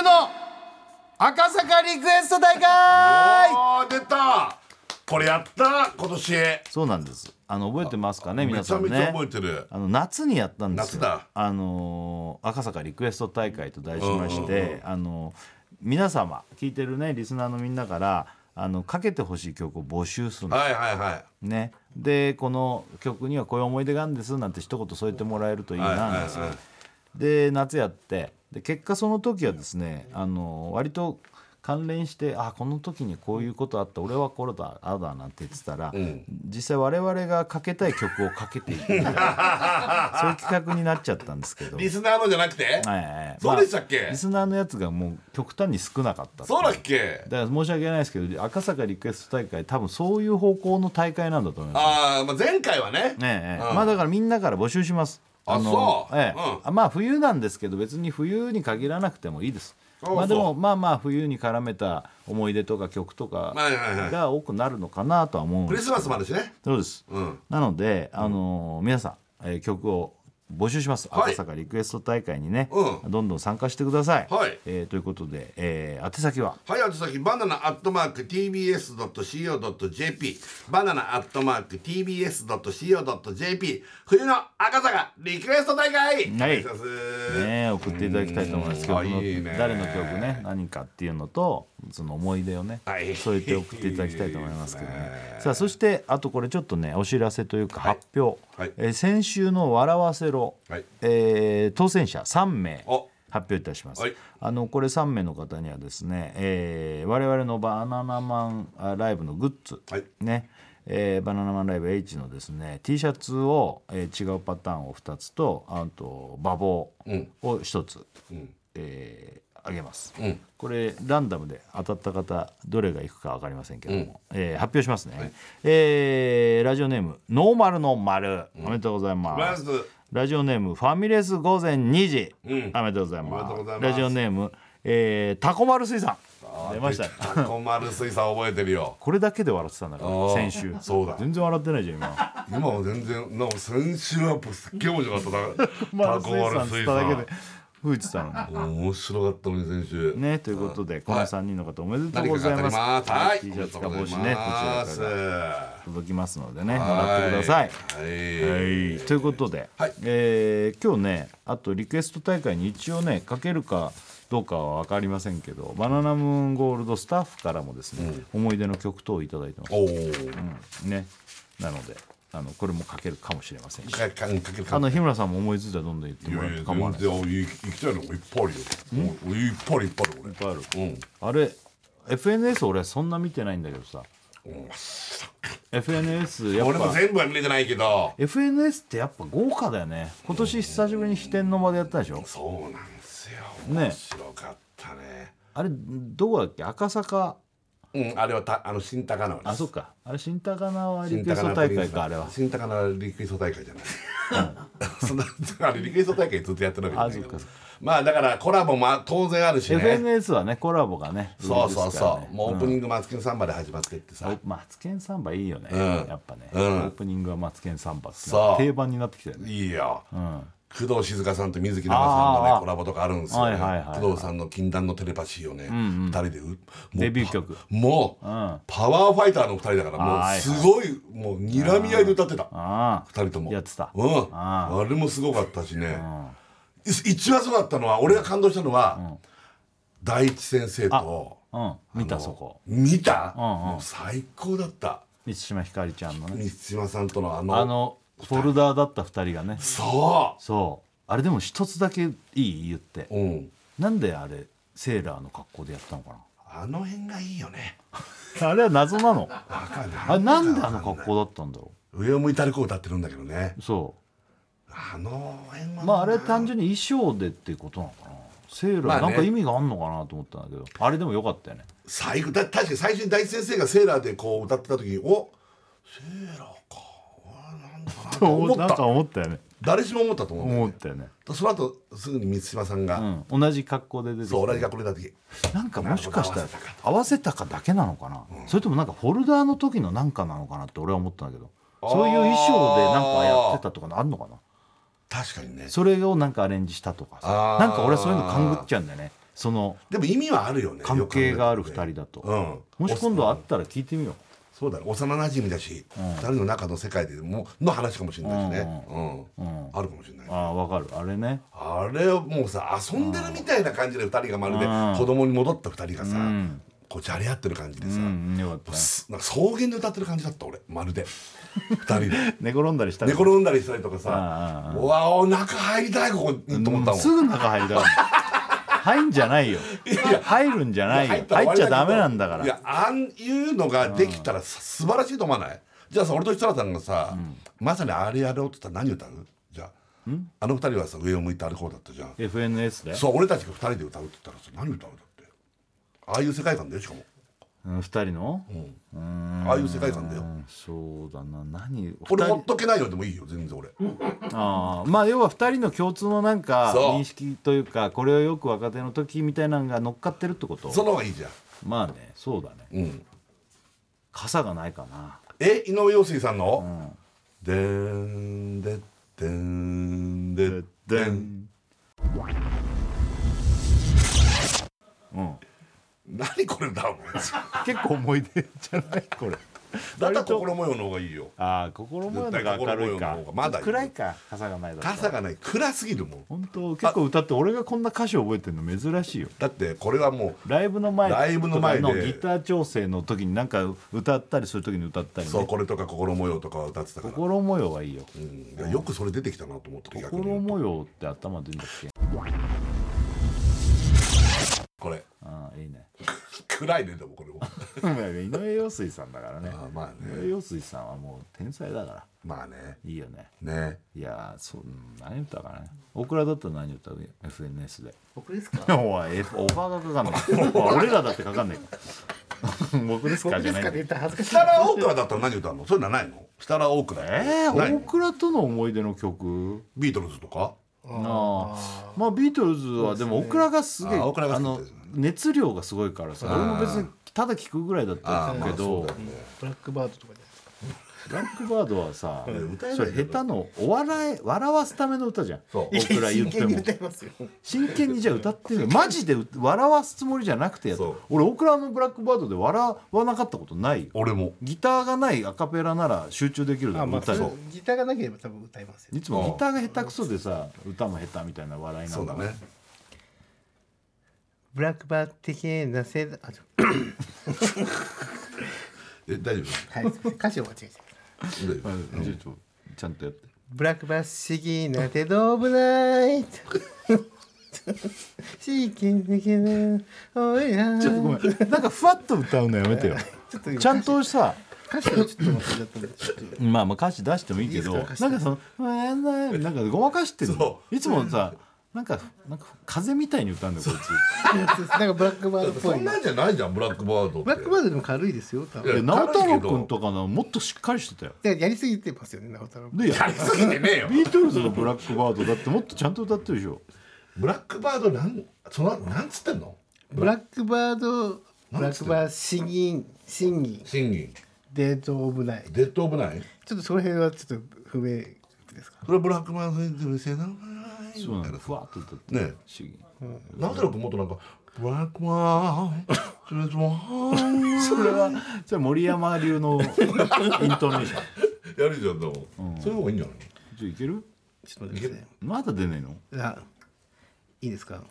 B: 赤坂リクエスト大会
C: あー出たこれやった今年
B: そうなんですあの覚えてますかね皆
C: めち
B: さ
C: ゃ
B: んね
C: めちゃ覚えてる
B: あの夏にやったんです
C: 夏
B: よ
C: だ
B: あのー赤坂リクエスト大会と題しまして、あのー皆様聞いてるねリスナーのみんなからあのかけてほしい曲を募集するんです
C: はいはいはい
B: ね、でこの曲にはこういう思い出があるんですなんて一言添えてもらえるといいななんですよ、
C: はいはい
B: で夏やってで結果その時はですねあの割と関連してあこの時にこういうことあった俺はこれだああだなんて言ってたら、実際我々がかけたい曲をかけ ていくみたいなそういう企画になっちゃったんですけど。
C: リスナーのじゃなくて、
B: はいはい
C: そうでしたっけ
B: リスナーのやつがもう極端に少なかったってい
C: そうだっけ
B: だから申し訳ないですけど赤坂リクエスト大会多分そういう方向の大会なんだと思います
C: あー、まあ前回はね
B: ねえええ
C: うん
B: まあだからみんなから募集します
C: あそう
B: ええ
C: うん
B: あまあ冬なんですけど別に冬に限らなくてもいいです
C: あ
B: まあで
C: そ
B: もまあまあ冬に絡めた思い出とか曲とか
C: はいはいはい
B: が多くなるのかなとは思うん
C: ク
B: で
C: リ
B: す
C: スマスまでしね
B: そうです、
C: うん
B: なので、あのー皆さん、えー曲を募集します
C: はい
B: 赤坂リクエスト大会にね、
C: う
B: どんどん参加してください、
C: はい
B: えーということで、えー宛先は
C: はい、あと先、バナナアットマーク TBS.CO.JP、バナナアットマーク TBS.CO.JP、冬の赤坂リクエスト大会、
B: はい
C: お願します
B: ねえ、送っていただきたいと思います。
C: うん
B: 曲の
C: あいいね
B: 誰の曲ね、何かっていうのと、その思い出をね
C: はい、
B: 添えて送っていただきたいと思いますけど
C: いい
B: ね
C: です。
B: さあ、そして、あとこれちょっとね、お知らせというか
C: はい
B: 発表
C: はい。
B: えー先週の笑わせろ
C: はい、
B: えー当選者3名。
C: お
B: 発表いたします、
C: はい
B: あのこれ3名の方にはですね、えー我々のバナナマンあライブのグッズ、
C: はい
B: ねえーバナナマンライブ H のですね T シャツを、えー違うパターンを2つとあと馬房
C: うん
B: を1つ、
C: うん
B: えーあげます、
C: ん
B: これランダムで当たった方どれがいくか分かりませんけども、えー発表しますね、えーラジオネームノーマルの丸、おめでとうござい
C: ま
B: ます
C: ず、
B: ラジオネームファミレス午前2時、
C: うん
B: おめでとうござい
C: おめで
B: ま
C: とうご
B: す
C: ざいます
B: ラジオネーム、えー、タコ丸水産出ましたね
C: タコ丸水産覚えてるよ。
B: これだけで笑ってたんだか
C: あ
B: ら
C: ー
B: 先週
C: そうだ
B: 全然笑ってないじゃん今
C: 今は全然、なんか先週はすっげえ面白かったな。タコ
B: 丸
C: 丸
B: 水産っつ
C: 水
B: っただけ
C: 産
B: で。吹いてたのに
C: 面白かったのに先週。
B: ねということでこの3人の方おめでとう
C: 何か
B: ご
C: が
B: ざい
C: 当た
B: ま
C: り
B: す
C: ます。はい、
B: T シャツか
C: おめで
B: 帽
C: と
B: 子
C: うござ
B: ね
C: い
B: こちら
C: ます
B: から届きますのでね
C: は
B: 笑ってください
C: はい
B: はい、ということで、
C: はい
B: えー今日ねあとリクエスト大会に一応ねかけるかどうかは分かりませんけどバナナムーンゴールドスタッフからもですね、思い出の曲等をいただいてます、
C: おー
B: うんねなのであのこれもかけるかもしれませんし
C: かかかける
B: あ
C: かも
B: の日村さんも思いついたらどんどん言って
C: い
B: も
C: やい
B: らっ
C: や
B: て構わ
C: 全
B: ないい
C: 然おい
B: っ
C: 行きたいのがいっぱいあるよおいっぱいあるいっぱいある
B: ぱいある
C: 俺うん
B: あれ FNS 俺そんな見てないんだけどさ FNS やっ
C: 俺も
B: ぱ
C: 全部は見れてないけど
B: FNS ってやっぱ豪華だよね今年久しぶりに飛天の間でやったでしょ
C: そうなんですよ
B: ね
C: 面白かったね
B: あれどこだっけ赤坂
C: うんあれはたあの新高輪です
B: あそっかあれ新高輪リ
C: 新
B: クエ
C: 高
B: ス
C: 輪
B: ト大会かあれは
C: 新高輪リクエスト大会じゃない そんなあれリクエスト大会ずっとやってるわけじゃないけ
B: あ
C: ど
B: そっか
C: まあだからコラボもあ当然あるしね
B: FNS はねコラボがね
C: そうそうそうもうオープニ
B: ン
C: ングマツケンサンバで始まってってさ
B: マツケンサンバいいよね、
C: うん
B: やっぱね、
C: うん
B: オープニングはマツケンサンバって
C: そう
B: 定番になってきたよね
C: いいよ
B: うん
C: 工藤静香さんと水木奈々さんのね
B: あーあー
C: コラボとかあるんですよね、
B: はいはいはいはい
C: 工藤さんの禁断のテレパシーをね、二
B: ん
C: 人でうもう
B: デビュー曲
C: パもう、
B: うん
C: パワーファイターの二人だからも
B: は
C: う
B: い
C: すごい、もう睨み合いで歌ってた
B: あ
C: 二人とも
B: やってた
C: うん
B: あ
C: あれもすごかったしね
B: あ、
C: い一番すごかったのは俺が感動したのは、大地先生と
B: うんうん、見
C: あ
B: た
C: の
B: そこ
C: 見た、
B: うんうん
C: もう最高だった
B: 満島ひかりちゃんのね
C: 満島さんとのあの
B: あのフォルダーだった2人がね
C: そ
B: そうあれでも一つだけいい言って
C: ううん
B: なんであれセーラーの格好でやったのか
C: あの辺がいいよね
B: なあれは謎なの
C: わかんない
B: あれなんであの格好だったんだろ
C: 上を向いたる子を歌ってるんだけどね
B: うそ
C: あの辺は
B: うまああれ単純に衣装でっていうことなのかなセー
C: まあ
B: ラー
C: ね
B: なんか意味があんのかなと思ったんだけどあれでもよかったよね
C: 最後だ確かに最初に大地先生がセーラーでこう歌ってた時にお セーラーかおなんだなと思
B: なん
C: った
B: か思ったよね
C: 誰しも思ったと思うんだよ
B: 思っ
C: ね
B: たよね
C: その後すぐに満島さんが、
B: うん同じ格好で出てきて
C: そう同じ学校だ時
B: なんかもしかした
C: な
B: ら
C: るほど
B: 合わせたかだけなのかな、それともなんかフォルダーの時のなんかなのかなって俺は思ったんだけどそういう衣装でなんかやってたとかあんのかな
C: 確かにね
B: それをなんかアレンジしたとか
C: あ
B: さ
C: ー
B: なんか俺はそういうの勘ぐっちゃうんだよねその
C: でも意味はあるよね
B: 関係がある
C: よく
B: 2
C: 考え
B: 人だと、
C: たらねうん
B: もし今度あったら聞いてみよ
C: そうだね幼馴染だし、二人の中の世界でもの話かもしれないしね、うん
B: うん
C: あるかもしれないう
B: ああわかるあれね
C: あれをもうさ遊んでるみたいな感じで二人がまるで
B: うん
C: 子供に戻った二人がさ、
B: ん
C: こうじゃれ合ってる感じで
B: う
C: さ、
B: んよかったね
C: すなんか草原で歌ってる感じだった俺まるで二 人で
B: 寝転んだりした
C: 寝
B: ら
C: 転んだりしたりとかさ
B: ああ
C: うわお腹入りたいここにと思ったもん
B: すぐ中入りだ 入んじゃないよ入るんじゃないよ
C: たら
B: 入っちゃダメなんだから
C: いやあんいうのができたらさ素晴らしいと思わないじゃあさ俺と設楽さんがさ、まさにあれやろうって言ったら何歌うじゃああの二人はさ上を向いて歩こうだったじゃん
B: FNS で
C: そう俺たちが二人で歌うって言ったらさ何歌うだってああいう世界観だよしかも、
B: うん、2人の、
C: ああいう世界観だよ
B: うんそうだな何
C: 俺
B: 二
C: ほ
B: 人
C: っとけないよでもいいよ全然俺、
B: ああまあ要は2人の共通のなんか
C: そう
B: 認識というかこれをよく若手の時みたいなのが乗っかってるってこと
C: その方がいいじゃん
B: まあねそうだね、
C: ん
B: 傘がないかな
C: え井上陽水さんの、でんでってんでってん
B: うん
C: 何こ れだろ
B: 結構思い出じゃないこれ
C: だったら心模様の方がいいよ
B: ああ心模様のが明る
C: 絶対心
B: い
C: 模様
B: か
C: の方がまだいい
B: 暗いか傘がないだと
C: 傘がない暗すぎるもん
B: 本当結構歌って俺がこんな歌詞覚えてるの珍しいよ
C: だってこれはも
B: ライブの前
C: ライブの前で
B: とかギター調整の時になんか歌ったりする時に歌った
C: う
B: り
C: そう
B: ね
C: これとか心模様とかは歌ってたから、
B: 心模様はいいよ
C: うんいやよくそれ出てきたなと思って逆に
B: 心模様って頭出るんだっけ
C: これ
B: ああいい ね
C: 暗いねでもこれも
B: 井上陽水さんだからね
C: あ まあ
B: 井
C: ね
B: 上陽水さんはもう天才だから
C: まあね
B: いいよね
C: ね
B: いやーそううん何歌うかねオクラだったら何歌う FNS で
D: 僕ですか
B: おいえオファーがかかんない俺らだってかかんない 僕ですかじ
D: 僕で
B: ゃな
D: すか
B: い
D: って言ったら恥ずかしい
C: 設楽大倉だったら何歌うのそういうのはないの設楽大倉
B: えー
C: ない
B: 大倉との思い出の曲
C: ビートルズとか
B: ああまあビートルズはでもオクラがすげえ
C: あオクラが
B: あ
C: 好きだっ
B: の
C: たよね
B: 熱量がすごいからさ俺も別にただ聞くぐらいだったけど
D: ブラックバードとかじゃないですか
B: ブラックバードはさ
C: 歌えない
B: それ下手のお笑い笑わすための歌じゃん
C: そう
B: オクラ言って
D: 真剣に
B: も
D: 歌いますよ
B: 真剣にじゃあ歌ってみるマジでう笑わすつもりじゃなくてやった
C: そう
B: 俺オクラのブラックバードで笑わなかったことないよ
C: 俺も
B: ギターがないアカペラなら集中できるだ
D: あ
B: ろ
D: まあ
B: 歌
D: それ
B: に
D: ギターがなければ多分歌いますよ
B: いつもギターが下手くそでさ歌も下手みたいな笑いな
C: そ
B: ん
C: うだね
D: ブラックバー的なせあちょ
C: え大丈夫
D: はいすいません歌詞を間違えちゃった
C: 大丈夫
B: うんちょっとちゃんとやって
D: ブラックバー的なてどぶないとシーキン的なおいら
B: ちょっとごめんなんかふわっと歌うのやめて よ
D: ちょっと今
B: ちゃんとさ
D: 歌詞をちょっと忘れちゃったんでちょっと
B: まあまあ歌詞出してもいいけど
D: いいですか
B: なんかそのなんかごまかしてるの
C: そ
B: いつもさなんかなんか風みたいに歌うんだよこいつ
D: なんかブラックバードっぽ
C: そ
D: い
C: ん
D: ブ
C: なんじゃないじゃんブラックバードって
D: ラックバードでも軽いですよ多
C: い
D: 分
C: や
B: 直太朗君とかのもっとしっかりしてたよ
D: でやりすぎてますよね直太郎
B: で
C: やりすぎてねえよ
B: ビートルズの「ブラックバード」だってもっとちゃんと歌ってるでしょ
C: ブラックバードなんそのなんつってんの
D: ブラックバードブラックバードシギンシンギン
C: 審議
D: デートオブナイト
C: デッドオブナイ
D: ちょっとその辺はちょっと不明ですか
C: それブラックバードで見せな
B: そうなのふわっと歌って
C: ね
B: 主義
C: なんとなくもっとなんかブラックバードそれ
B: それはそれ森山流のイントネーショ ン
C: やるじゃんでもそういう方がいいんじゃない
B: じゃあいける
D: ちょっと待ってください
B: まだ出ないの
D: あいいですか、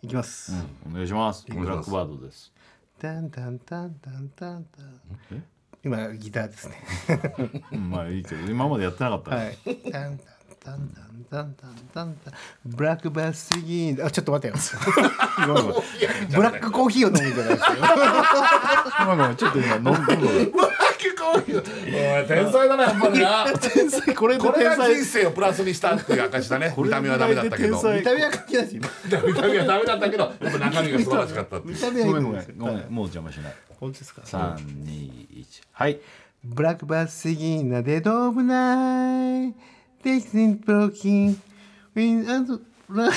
D: いきます、
B: お願いします
C: 願い
B: ブ
C: します
B: ラックバードです
D: タンタンタンタンタンタン
B: え
D: 今ギターですね
B: うんまあいいけど今までやってなかったね
D: はいタンタンタンタンタンタンタンタンブラックバスギーンあちょっと 待ってよごめんごめんブラックコーヒーを飲むんじゃないですよ
B: ごめんごめんちょっと今飲んで
C: ブラックコーヒーおい天才だなやっぱりな
B: 天才 これで
C: これ
B: 天
C: が
B: 才
C: 人生をプラスにしたっていう証だね見た目はダメだったけど
B: これ
D: 見た目は書き出 し今
C: 見た目はダメだったけどやっぱ中身が素晴らしかったってい
D: 見
C: う
D: た目は
B: ごめん
D: い
B: ご
D: い
B: め
D: です
B: んごめんもう邪魔しない
D: 本当ですか
B: 三二一はい
D: ブラックバスギーンなデドブナイテイクンプロキンウィンアンドラ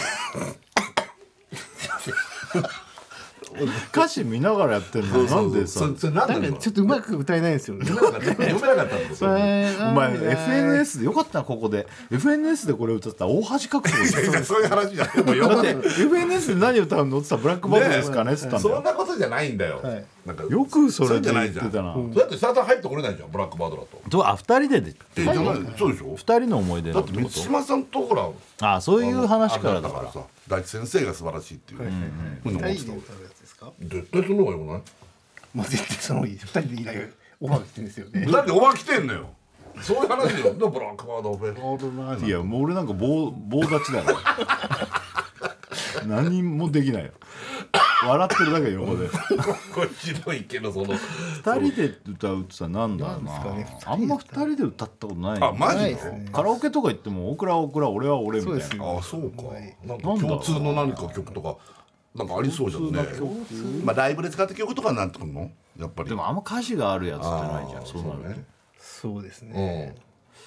B: 歌詞見ながらやってるのなんでさ
C: そそれなん
D: なん
C: だろ
D: か
C: う
D: ちょっとうまく歌えないんですよね。
C: 読めなかったんです
D: お
C: よ
B: お前 FNS でよかったなここで FNS でこれ歌ってたら大恥かくと思うよ
C: いや そういう話じゃないもうよ
B: だ
C: か
B: っ
C: って
B: FNS で何歌うのって言ったらブラックバードですかねって言
C: た
B: ったんだ
C: そん
B: よ
C: なことじゃないんだよ
D: はい
C: なんか
B: よくそ
C: そ
B: れ
C: れじ
B: で
C: ゃな
B: 言っ
C: い
B: て
C: じゃん
B: たな
C: そうだってスタート入ってこれないじゃんブラックバードだと
B: どうあ二人でで
C: えじゃないそうでしょ
B: 二人の思い出
C: だ
B: の
C: っ
B: こ
C: て
B: と
C: 満島さんとほら
B: ああそういう話からだ
C: あれ
B: から
C: さ大地先生が素晴らしいっていうふうに思っ
D: 大
C: てた
D: で歌う
C: 俺
D: やつですか。
C: 絶対その方がよくない
D: まあ、絶対その方がいいです。二人でいないオファー来てるんですよね。
C: だってお前来てんのよそういう話よでブラックバードフェロードライ
B: いやもう俺なんか棒棒立ちだよ 何もできないよ笑ってるだけ横で
C: これひどいけどその
B: 二人で歌うってさなんだろうな
D: なんですか
B: あんま二人で歌ったことない
C: あマジ
D: ない
C: で
D: ですね。
B: カラオケとか行っても「オクラオクラ俺は俺」みたいな
D: そうです
C: ああそうかなんか
B: なんだ
C: 共通の何か曲とかなんかありそうじゃんねまあライブで使った曲とかになってくるのやっぱり
B: でもあんま歌詞があるやつってないじゃんそうなると
C: ね
D: そうですね。
C: うん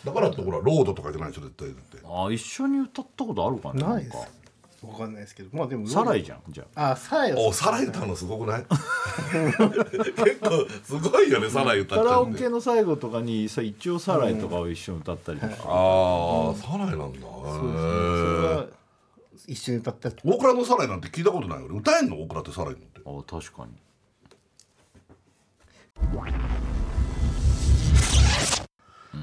C: だからってほらロードとかじゃないでしょ絶対だって
B: あ一緒に歌ったことあるかな
D: ないです
B: んか。
D: わかんないですけど、まあ、でも。
B: サライ。じゃんじゃあ
D: あ、サライは。
C: おサライ歌うのすごくない 結構すごいよねサライ歌っ
B: カ
C: ちゃ
B: ラ
C: う
B: オ
C: んで
B: ケの最後とかにさ一応「サライ」とかを一緒に歌ったりとか、
C: ああサライなんだへ
D: それ
C: え
D: は一緒に歌った。
C: 大倉のサライなんて聞いたことないよ俺歌えんの大倉ってサライのって
B: あ確かに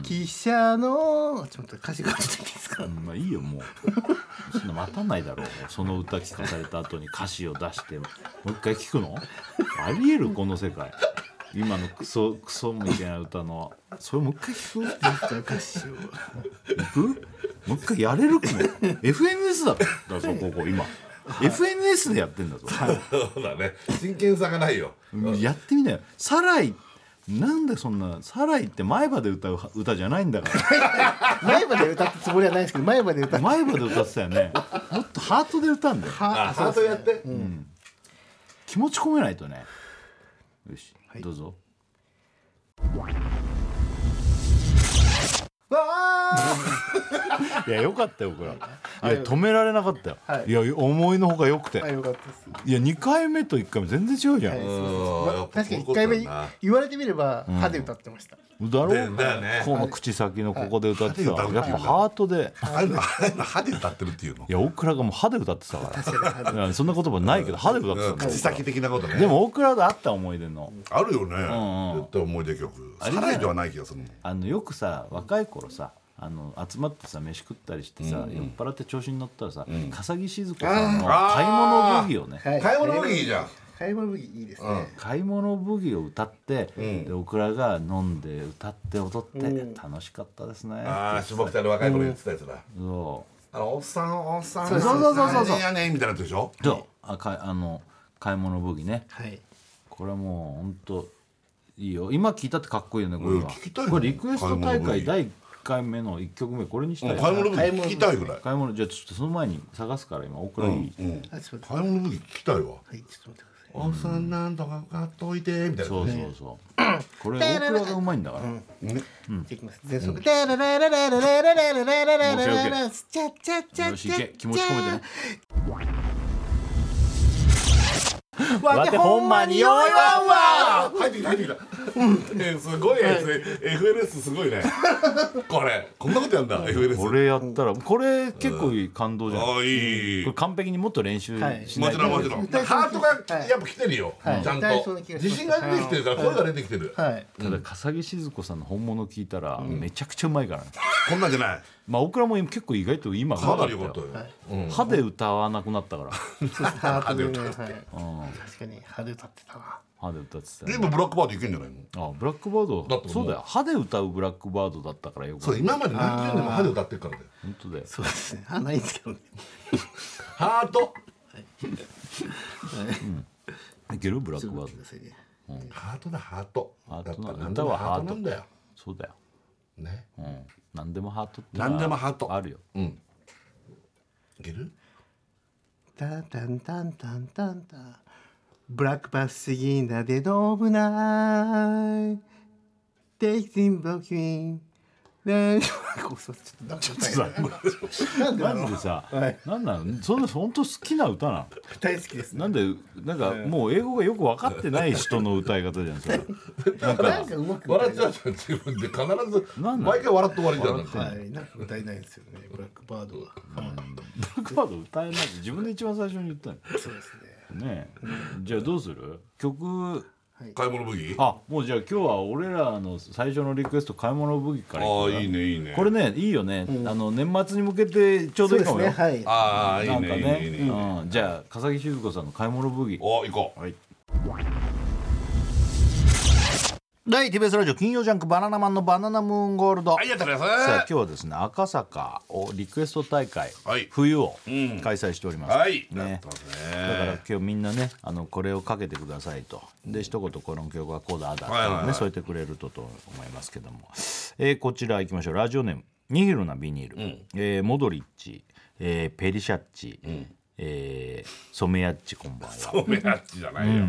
D: 汽車の。ちょっと待って歌詞がちょっといいですか。
B: うんまあいいよもう そんな待たないだろうその歌聞かされた後に歌詞を出してもう一回聞くのありえるこの世界今のクソクソみたいな歌のそれもう一回聞く
D: 歌詞を。
B: 行くもう一回やれるかも FNS だっただぞここ今 FNS でやってんだぞ、
C: そうだね真剣さがないよ
B: うんやってみなよサライなんでそんなサライって前歯で歌う歌じゃないんだから
D: 前まで歌ったつもりはないですけど、前まで歌った。
B: 前歯で歌ってたよねもっとハートで歌うんだよ
D: は
C: あハートやって
B: 気持ち込めないとねよし、
D: はい
B: どうぞいやよかったよ僕 らいや止められなかったよ、
D: はい
B: い、や思いのほか良くて、
D: あ、
B: い、
D: よかったです。
B: や2回目と1回目全然違うじゃん、
D: はい
C: うんやっぱ
D: 確
C: そ
D: か
C: ういうことだ
D: に一回
C: な
D: 目言われてみれば歯で歌ってました。
B: だろ
C: だよね
B: この口先のここで歌ってた、
C: はい
B: やっぱハートで
C: あれのあれの歯で歌ってるっていうの
B: いや大倉がもう歯で歌ってたからいやそんな言葉ないけど歯で歌ってた
C: うん
B: んだよ
C: 口先的なことね
B: でも大倉と会った思い出の
C: あるよね
B: んうん
C: 絶対思い出曲
B: あれ
C: サ
B: じゃない
C: ライではない気がするもん
B: あのよくさ若い頃さあの集まってさ飯食ったりしてさ、酔っ払って調子に乗ったらさ、笠木静子さんの
C: あー
B: 買い物ブギをね
D: はい
C: 買い物いいじゃん
D: 買い物武器いいですね、
B: 買い物ブギを歌って、
C: ん
B: でオクラが飲んで歌って踊って、
D: うん
B: 楽しかったですね
C: ああ下北で若い頃言ってたやつだ
B: そ
C: あのおっさんおっさん
D: そうそうそうそうそ
C: 何
D: う
C: やねんみたいなやつでしょ
B: うそうあかいあの買い物ブギね
D: はい
B: これはもう本当いいよ今聞いたってかっこいいよねこ
C: う
B: れ
C: ん
B: は
C: 聞きたいね
B: これリクエス
C: 買
B: ト
C: い
B: 大
C: 物ブギ
B: 会第1回目の1曲目これにしたい
C: うん
B: よね
C: 買い物武器聞きたいぐらい
B: 買い物じゃあちょっとその前に探すから今オクラいい、
C: うん
D: あちょっと
C: 買い物武器聞きたいわ
D: はいちょっと待ってください
C: おっさんなんとか買っといてみたいな
B: そうそうそう、これオクラがうまいんだから、
D: じゃあいきます全速でラララララララララララララララチャチャチャ
B: よし
D: チ
B: い
D: ャ
B: け気持ち込めてね
D: わてほんまによいわんわ
C: あ入ってきた入ってきたねすごいねそれ FLS すごいねこれこんなことやんだ FLS
B: これやったらこれ結構いい感動じゃん、こ
C: ああいい
B: れ完璧にもっと練習しないと、
C: もちろんもちろん
D: 歌いそう
C: ハートがやっぱ来てるよ、
D: はい
C: ちゃん
D: 歌いそ
C: と
D: うな気がします
C: 自信が出てきてるから声が出てきてる、
D: はい
B: ただ笠木静子さんの本物聞いたらめちゃくちゃうまいからね、
C: こんなんじゃない
B: まあオクラも結構意外と今
C: かなりよかったよ、
B: 歯で歌わなくなったから
D: そうですハートでねはい
B: うん
D: 確かに歯で歌ってたな
B: 歯で歌ってた
C: で
B: ね
C: 今ブラックバードいけんじゃないの
B: あブラックバー
C: だっ
B: ド
C: てもう
B: そうだよ歯で歌うブラックバードだったからよく
C: そう今まで何十年も歯で歌ってるからだよ
B: 本当だよ
D: そうですね歯ないんですけどね
C: ハート
B: いけるブラッ
D: ちょ
B: ク
D: っと
B: バード
D: 待ってくださいね
C: ハートだハート
B: ハートな
C: やっぱ何で
B: 歌
C: も
B: は
C: ハ
B: ハ
C: ー
B: ー
C: ト
B: ト
C: なんだよ
B: そうだよ、
C: ね
B: うん、何でもハートってのは
C: 何でもハート
B: あるよ
C: うんいける
D: タンタンタンタンタンタンブラックバスギーナでドブナイテイキンブロッキンねごめんなさいちょっとなんか
B: さマジでさ、
D: はい
B: なんなのそんな本当好きな歌なの
D: 大好きですね
B: なんでなんかもう英語がよく分かってない人の歌い方じゃん それ
D: なんかうまく歌
C: 笑
D: え
C: っ
D: な
C: ちゃうじゃん自分で必ず
B: なんなの
C: 毎回笑って終わりじゃんだって
D: いはいなんか歌えないんですよねブラックバードは
B: ブラックバード歌えないって自分で一番最初に言ったの
D: そうですね
B: ねえじゃあどうする曲
C: 買い物ブギ
B: あもうじゃあ今日は俺らの最初のリクエスト「買い物ブギ」からいく
C: ああいいねいいね
B: これねいいよね、あの年末に向けてちょうど
D: そう
B: いい
D: で
B: か
D: す
B: も
D: ね
B: よ
D: はい
C: ああいい
B: なんか
C: ねいいねいいね
B: ねうんじゃあ笠木静子さんの「買い物ブギ」
C: お行こう
B: はい。第 TBS ラジオ金曜ジャンク「バナナマンのバナナムーンゴールド」
C: はいやったら
B: さあ
C: さ
B: 今日はですね赤坂をリクエスト大会、
C: はい
B: 冬を
C: ん
B: 開催しております、
C: はいやっ
B: ね
C: たね
B: だから今日みんなねあのこれをかけてくださいとで一言この曲はこうだああだとね、
C: はいはいはい
B: 添えてくれるとと思いますけども、えーこちらいきましょうラジオネーム「ニヒルなビニール」えーモドリッチ、えーペリシャッチ、えーソメヤッチこんばんは。
C: おめあっちじゃないよ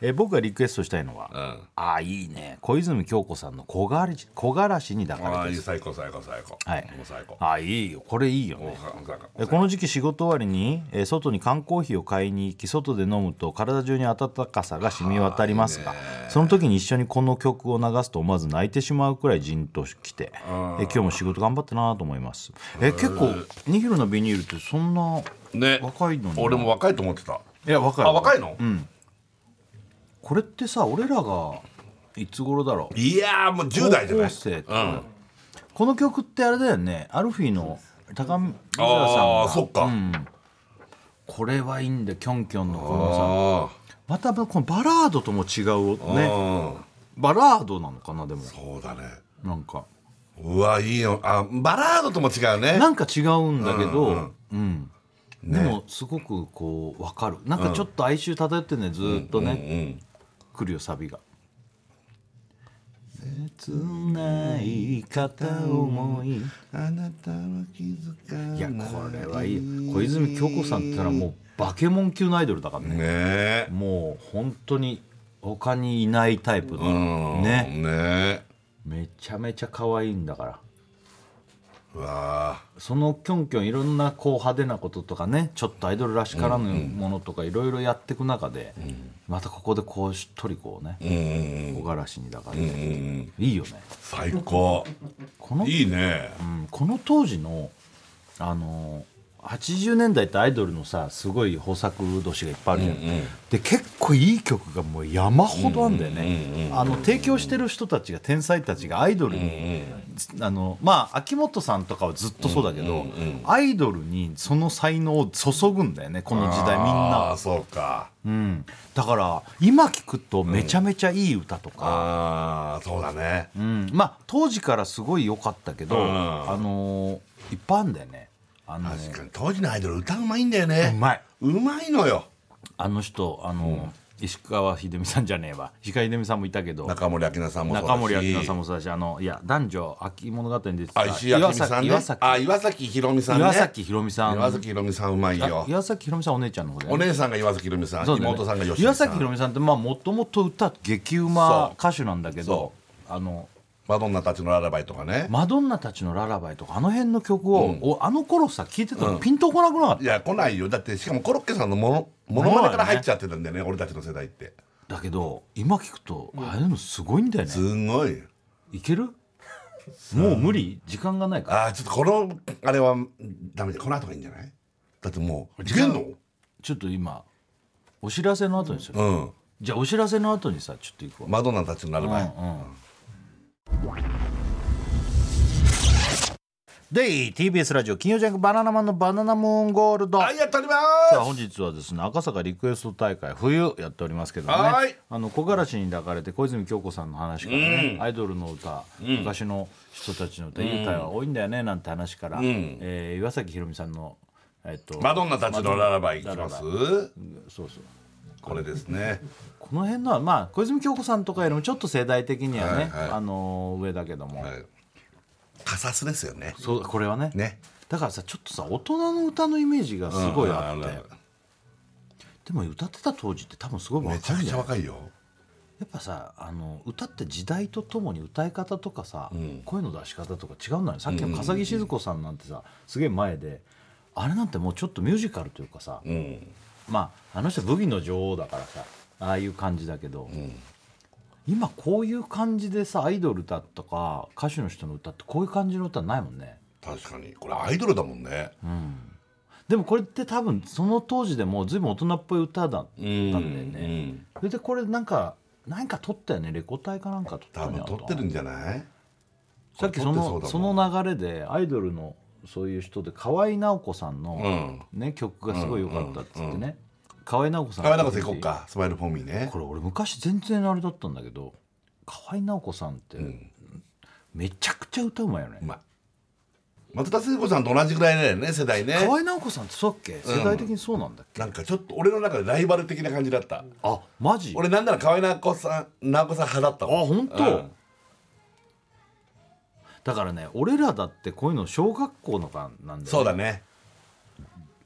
B: えー僕がリクエストしたいのは、
C: ん
B: ああいいね小泉京子さんの小がらし「木枯らしに抱
C: あ
B: か
C: あ
B: れ
C: い
B: て
C: い」最高最高最高
B: はい
C: もう最高
B: ああいいよこれいいよ
C: もう
B: ね
C: 最高
B: えこの時期仕事終わりに、えー外に缶コーヒーを買いに行き外で飲むと体中に温かさが染み渡りますがその時に一緒にこの曲を流すと思わず泣いてしまうくらいじんときて、えー今日も仕事頑張ったなと思います、えー結構ニヒロのビニールってそんな
C: ね
B: 若いのにな
C: 俺も若いと思ってた
B: いや若い
C: あ若いの
B: これってさ俺らがいつ頃だろう
C: いやーもう10代じゃない
B: 高校生って
C: うん
B: この曲ってあれだよねアルフィーの高見沢さん
C: ああ
B: が
C: そっか
B: これはいいんだよキョンキョンのこの
C: あ
B: さまたこのバラードとも違う
C: あ
B: ね
C: うん
B: バラードなのかなでも
C: そうだね
B: なんか
C: うわいいよあバラードとも違うね
B: なんか違うんだけど、
C: う
B: うんん
C: うん
B: でもすごくこう分かるなんかちょっと哀愁漂ってんねずーっとね、
C: うん
B: 来るよサビが。切ない片思い
C: あなたは気づかない
B: いやこれはいいよ小泉京子さんってのはもうバケモン級のアイドルだからね
C: ねえ
B: もう本当に他にいないタイプ
C: うん
B: のね
C: ね
B: めちゃめちゃ可愛いんだから
C: うわ
B: そのキョンキョンいろんなこう派手なこととかねちょっとアイドルらしからぬものとかいろいろやっていく中でまたここでこうしっとりこうね
C: ーうん
B: 木枯らしにだからね
C: うん
B: いいよね
C: 最高
B: この
C: いいね
B: うんこの当時のあのー80年代ってアイドルのさすごい豊作年がいっぱいあるじゃん、で結構いい曲がもう山ほどあんだよね、あの提供してる人たちが天才たちがアイドルにあのまあ秋元さんとかはずっとそうだけど、アイドルにその才能を注ぐんだよねこの時代みん
C: あ
B: な
C: ー、そうか
B: うん、だから今聞くとめちゃめちゃいい歌とか、
C: ああそうだね
B: うんまあ当時からすごい良かったけど、
C: うん
B: あのーいっぱいあんだよねあのー
C: 確かに当時のアイドル歌うまいんだよね
B: うまいう
C: まいのよ
B: あの人あのー、石川秀美さんじゃねえわ石川秀美さんもいたけど
C: 中森明菜さんもそうだし
B: 中森明菜さんもそうだしあのいや男女秋物語に出て
C: あ
B: た
C: 石井明美さんね
B: 岩崎
C: あ岩崎ひろみさんね
B: 岩崎ひろみさん
C: 岩崎ひろみさんうまい
B: あ
C: よ
B: 岩崎ひろみさんお姉ちゃんの方で、
C: お姉さんが岩崎ひろみさん、
B: そうだよね
C: 妹さんが吉井さん
B: 岩崎ひろみさんってもともと歌激うま歌手なんだけど
C: そ
B: あの
C: マドンナたちのララバイとかね、
B: マドンナたちの「ララバイ」とかあの辺の曲を、おあの頃さ聴いてたのピンとこなくなかった、
C: いや来ないよだってしかもコロッケさんのものものまねから入っちゃってたんだよね俺たちの世代って
B: だけど今聞くとああいうのすごいんだよね、
C: すんごい
B: いける もう無理時間がないから
C: あーちょっとこのあれはダメだこの後がいいんじゃないだってもういけんの
B: ちょっと今お知らせの後にする、
C: うん
B: じゃあお知らせの後にさちょっと行くわ
C: マドンナたちのララバイ、
B: で TBS ラジオ金曜ジャンク「バナナマンのバナナムーンゴールド」
C: はいやっておりま
B: さあ
C: す
B: 本日はですね赤坂リクエスト大会冬やっておりますけども
C: は
B: ね
C: い
B: あの木枯らしに抱かれて小泉今日子さんの話からね、アイドルの歌、昔の人たちの歌、いい歌が多いんだよねなんて話から、えー岩崎宏美さんの、えっと
C: マドンナたちのララバイいきます
B: ララそうそう
C: これですね
B: この辺のはまあ小泉今日子さんとかよりもちょっと世代的にはね、
C: はいはい
B: あのー上だけども、
C: はいカサスですよね
B: そうこれはね
C: ね
B: だからさちょっとさ大人の歌のイメージがすごいあって、
C: うん
B: でも歌ってた当時って多分すごい
C: めち
B: 若
C: ゃ
B: い
C: く
B: ん
C: ちゃ
B: だよ
C: 若いよ
B: やっぱさあの歌って時代とともに歌い方とかさ、声の出し方とか違うんだよねさっきの笠置静子さんなんてさすげえ前であれなんてもうちょっとミュージカルというかさ、
C: うん
B: まああの人ブギの女王だからさああいう感じだけど、今こういう感じでさアイドル歌とか歌手の人の歌ってこういう感じの歌ないもんね
C: 確かにこれアイドルだもんね
B: でもこれって多分その当時でも随分大人っぽい歌だったんだ
C: う
B: よね、
C: ん
B: それでこれなんか何か撮ったよねレコ大かなんか撮った
C: 多
B: よね
C: 分撮ってるんじゃない
B: さっき
C: 撮
B: そ
C: って
B: の
C: そうだ
B: そ
C: もん
B: の流れでアイドルのそういう人で河合直子さんの、ね曲がすごい良かったっつってね、河合直子さん
C: 川中さん行こうかスマイルフォーミーね
B: これ俺昔全然あれだったんだけど河合直子さんって、めちゃくちゃ歌うまいよね
C: うまい松田聖子さんと同じぐらいだよね世代ね
B: 河合直子さんってそうだっけ世代的にそうなんだっけ、
C: なんかちょっと俺の中でライバル的な感じだった
B: あマジ
C: 俺なんなら河合奈子さん奈子さん派だった
B: あ
C: もん
B: 本当、
C: うん
B: だからね俺らだってこういうの小学校の間なんだよ、ね、
C: そうだね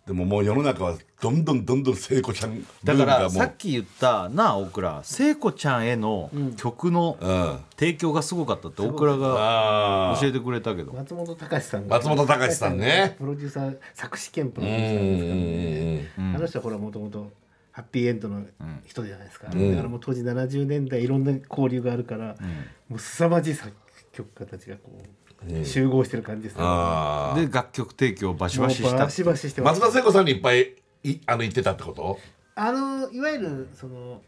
C: でももう世の中はどんどんどんどん聖子ちゃん
B: だか
C: ブ
B: ら
C: ームが
B: さっき言ったなあ大倉聖子ちゃんへの曲の
C: もううん
B: 提供がすごかったって大倉が
C: ああ
B: 教えてくれたけど
D: 松本隆さんが
C: 松本隆さんね
D: プロデューサー作詞兼プロ
C: う
D: デ
C: ん
D: ュ
C: う
D: ー
C: ん
D: サーですからねあの人はほらもともとハッピーエンドの人じゃないですか、だからもう当時70年代いろんな交流があるから、もう凄まじい作曲家たちがこう集合してる感じですね、
C: あ
B: で楽曲提供をバシ
D: もう
B: バシした
D: バシバシして
C: あ
D: ます
C: 松田聖子さんにいっぱいいあの言ってたってこと
D: あのいわゆるその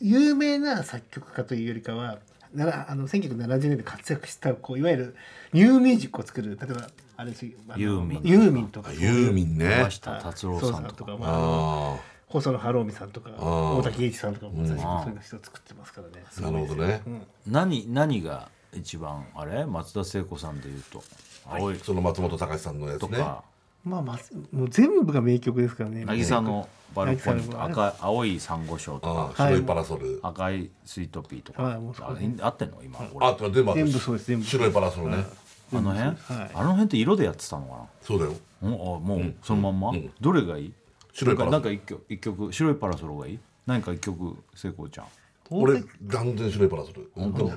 D: 有名な作曲家というよりかはならあの1970年で活躍したこういわゆるニューミュージックを作る例えばあれですよあの
B: ユーミン
D: ユーミンとか
C: あユーミンね
B: 山下達郎さんとか
D: そうまあ
C: あ
D: 細野晴臣さんとか
C: ー
D: 大竹栄一さんとかも最初からそういうの人を作ってますからね。
C: あなるほどね
B: 何何が一番あれ松田聖子さんで言うと青い
C: その松本隆さんのやつ
B: と
C: ね
B: か
D: まあまずもう全部が名曲ですからね。
B: 渚のバルコニーとか
D: 渚の
B: 赤い青い珊瑚礁と
C: あ
B: か
C: ー白いパラソル
B: 赤いスイートピーと
D: は
B: か
D: いもうそこ
B: あ合ってんの今俺
C: あと全部あった
D: 全部そうです全部
C: 白いパラソルね
B: あの辺
D: はい
B: あの辺って色でやってたのかな
C: そうだよ
B: うんあもうそのまんま、どれがいい
C: 白いパラソル
B: なんかなんか一曲一曲白いパラソルがいい何か一曲聖子ちゃん
C: 俺断然白いパラソル本当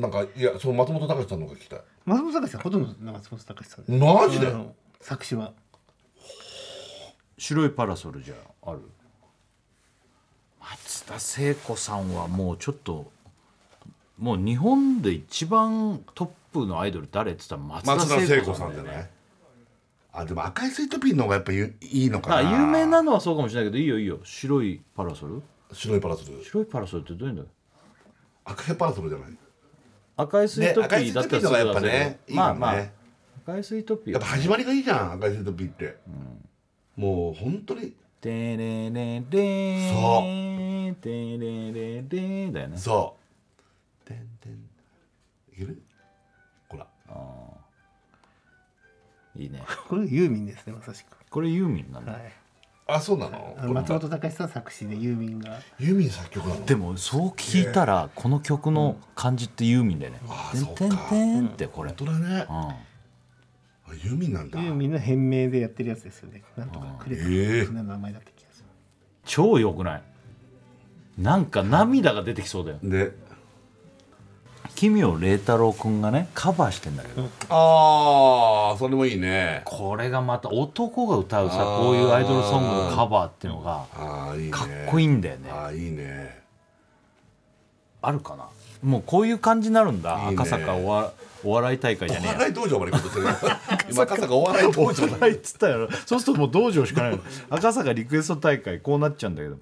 C: なんかいやその松本隆さんの方が聞きたい
D: 松本隆さんほとんど松本隆さんです。
C: マジで
D: あの作詞は
B: 白いパラソルじゃある松田聖子さんはもうちょっともう日本で一番トップのアイドル誰って言ったら
C: 松
B: 松
C: 田
B: 田
C: 聖
B: 聖
C: 子
B: 子
C: さ
B: さ
C: ん
B: ん
C: じ
B: だ
C: ゃ
B: よね
C: ないあでも赤いスイートピーの方がやっぱゆいいの
B: だか
C: からな
B: 有名なのはそうかもしれないけどいいよいいよ白いパラソル
C: 白いパラソル
B: 白いパラソルってどういうんだよ
C: 赤いパラソルじゃない
B: 赤いスイートピーだったらすぐ出せ
C: ね赤
B: る
C: いスイートピーのがやっぱねいいよね
B: まあまあ赤いスイートピー
C: やっ
B: は
C: ぱ始まりがいいじゃん赤いスイートピーって、もう本当に
B: てれれれ
C: そ
B: てれれれだよね
C: そうてんてんいけるほら
B: いいね
D: これユーミンですねまさしく
B: これユーミンなんだ、
D: はい
C: あそうなの
D: あの松本隆さん作詞でユーミンが
C: ユーミン作曲なの
B: でもそう聞いたらこの曲の感じってユーミンだよね
C: あ
B: 「
C: ーそ
B: てん
C: う
B: てん
C: か
B: てん」ってこれ、
C: 本当だねあ
B: うん
C: ユーミンなんだ
D: ユーミンの変名でやってるやつですよねなんとかクレカ
C: ええ
D: そんな名前だった気がする
B: 超良くないなんか涙が出てきそうだよ
C: で
B: 奇妙麗太郎くんがねカバーしてんだけど、
C: ああそれもいいね
B: これがまた男が歌うさ
C: あー
B: こういうアイドルソングのカバーっていうのが
C: ああいいね
B: かっこいいんだよね
C: ああいいね
B: あるかなもうこういう感じになるんだ
C: いいね
B: 赤坂おわお笑い大会じゃ
C: お
B: ねえ
C: 笑い道場まで行こうと してる今赤坂お笑い道場
B: 笑いっつったやろそうするともう道場しかないの赤坂リクエスト大会こうなっちゃうんだけど、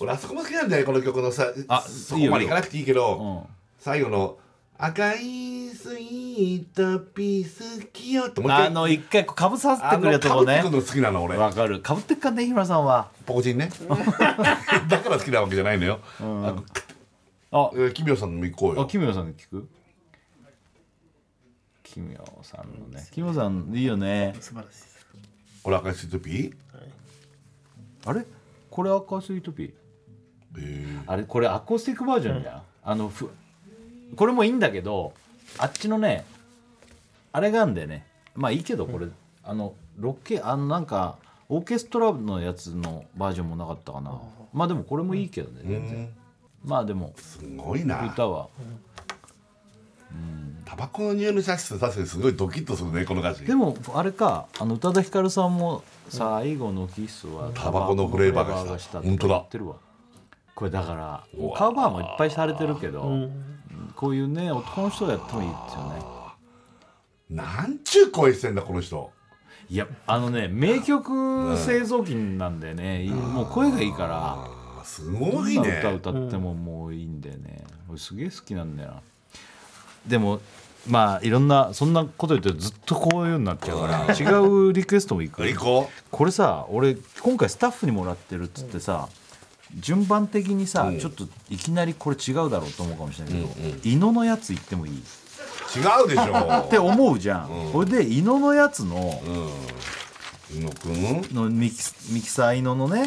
C: 俺あそこも好きなんだよこの曲のさ
B: あ
C: そこまでいかなくていいけど
B: うん、
C: 最後の「赤いスイートピー好きよ」ってもう一回
B: あの一回かぶさせてくれるとこ
C: あ
B: ね
C: の被ってくるの好きなの俺
B: わかるかぶってっかんね日村さんは
C: ポコチンね だから好きなわけじゃないのよ、あの
B: あ
C: えー奇妙さんのも行こう
B: あ
C: よ
B: 奇妙さんに聞く奇妙さんのね奇妙さんいいよね
D: 素晴らしいです
C: 俺赤いスイートピー、
B: あれこれ赤スイートピー
C: えー
B: あれこれアコースティックバージョンじゃん、あのふこれもいいんだけどあっちのねあれがあんだよねまあいいけどこれ、あのロケあのなんかオーケストラのやつのバージョンもなかったかなまあでもこれもいいけどね全然、まあでも
C: すごいな
B: 歌は
C: タバコの匂いの写真確かにすごいドキッとするねこの歌詞
B: でもあれかあの宇多田ヒカルさんも最後のキスは
C: タバコのフレーバーがした
B: って
C: 本当だ
B: 言ってるわこれだから
C: うわー
B: カバーもいっぱいされてるけど、こういうね男の人がやってもいいですよね
C: なんちゅう声してんだこの人
B: いやあのね名曲製造機なんでね、もう声がいいから
C: あーすご
B: ど
C: い
B: んな
C: ね
B: 歌歌ってももういいんだよね、俺すげえ好きなんだよなでもまあいろんなそんなこと言ってるとずっとこういうようになっちゃう から違うリクエストもいく
C: 行こ
B: これさ俺今回スタッフにもらってるっつってさ、順番的にさ、ちょっといきなりこれ違うだろうと思うかもしれないけど、伊野のやつ言ってもいいっ
C: う違う でしょ
B: て思うじゃん、これで伊野のやつの,、
C: 伊野くん
B: のミキミキサー伊野のね、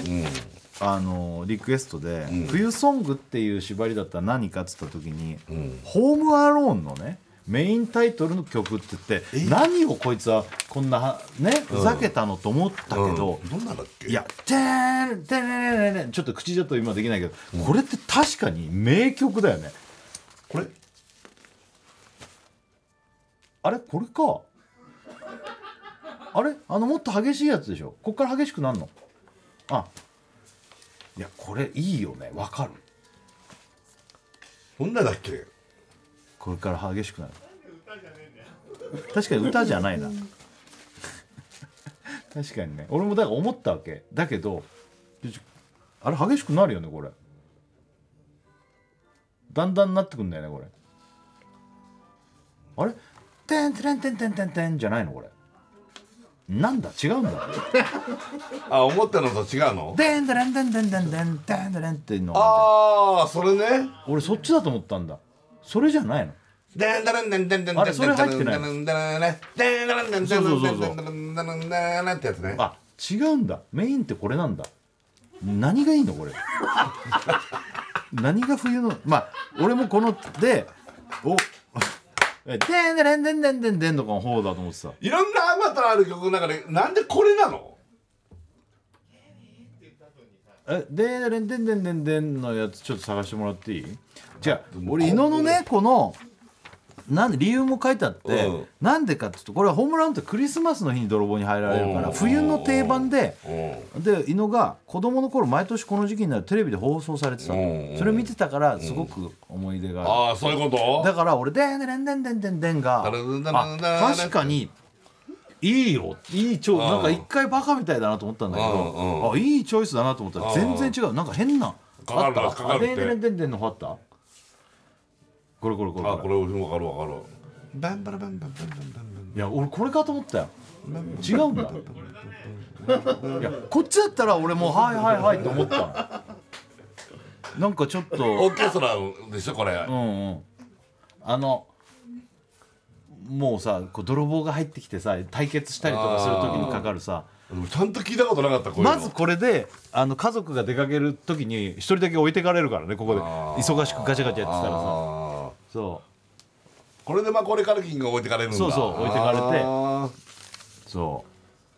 B: あのリクエストで、冬ソングっていう縛りだったら何かっつった時に、ホームアローンのねメインタイトルの曲って言って何をこいつはこんなねふざけたのと思ったけど、
C: うんどんなんだっけ
B: いや、てーん、てれれれれちょっと口じゃと今できないけど、これって確かに名曲だよね。
C: これ
B: あれこれか。あれあの、もっと激しいやつでしょこっから激しくなんのあ。いや、これいいよね。わかる。
C: どんなんだっけ
B: これから激しくなる。確かに歌じゃないな。確かにね。俺もだから思ったわけ。だけど、ちょちょあれ激しくなるよね、これ。だんだんなってくんだよね、これ。あれてんてんてんてんてんてんじゃないの、これ。なんだ違うんだ。
C: あ思ったのと違うの
B: てんてんてんてんてんてんてんてんっていうのが
C: ああそれね
B: 俺そっちだと思ったんだ。それじゃないの。
C: でんだらんだんだんだん
B: あれそれ入ってない
C: でんだらんだんでんだらんだん
B: そうそうそうそう
C: でんだらんだんでんだらんだんってやつね
B: あ違うんだメインってこれなんだ何がいいのこれ何が冬のまあ俺もこのでおえでんでんでんでんでんでんのかの方だと思ってた
C: いろんなアバターある曲の中でなんでこれなの
B: えでんでんでんでんでんでんのやつちょっと探してもらっていいじゃあ俺伊野のねこのなん理由も書いてあって、
C: うん
B: なんでかっていうとこれはホームランってクリスマスの日に泥棒に入られるから
C: うん
B: 冬の定番で
C: うん
B: で伊野が子供の頃毎年この時期になるとテレビで放送されてた
C: うんうん
B: それ見てたからすごく思い出がある
C: ああそういうこと
B: だから俺「でんでんでんでんでんでん」が
C: だらだら
B: あ
C: だら
B: 確かにいいよいいチョ
C: う
B: イ
C: ん
B: なんか一回バカみたいだなと思ったんだけ
C: うんう
B: ど
C: ん
B: あいいチョイスだなと思ったら
C: うん
B: 全然違うなんか変な
C: かかるな
B: あった
C: かかるって
B: でんでんでんでんの方あったこれこれこれ
C: あ
B: こ
C: こ
B: れ
C: れ分かる分かるバンバラバンバンバンバンバンバン
B: いや俺これかと思ったよ
C: バンバン
B: 違うんだいやこっちだったら俺もうはいはいはいって思ったのなんかちょっ
C: オ
B: と
C: ーケストラでしょこれ
B: うんうんあのもうさこう泥棒が入ってきてさ対決したりとかする時にかかるさ
C: ちゃんと聞いたことなかったこういうの
B: まずこれであの家族が出かける時に一人だけ置いてかれるからねここで
C: あー
B: 忙しくガチャガチャやってたらさ
C: あ
B: そ
C: ーこれでまあこれからキングが置いてかれるんだ
B: そうそう置いてかれて
C: あ
B: うそ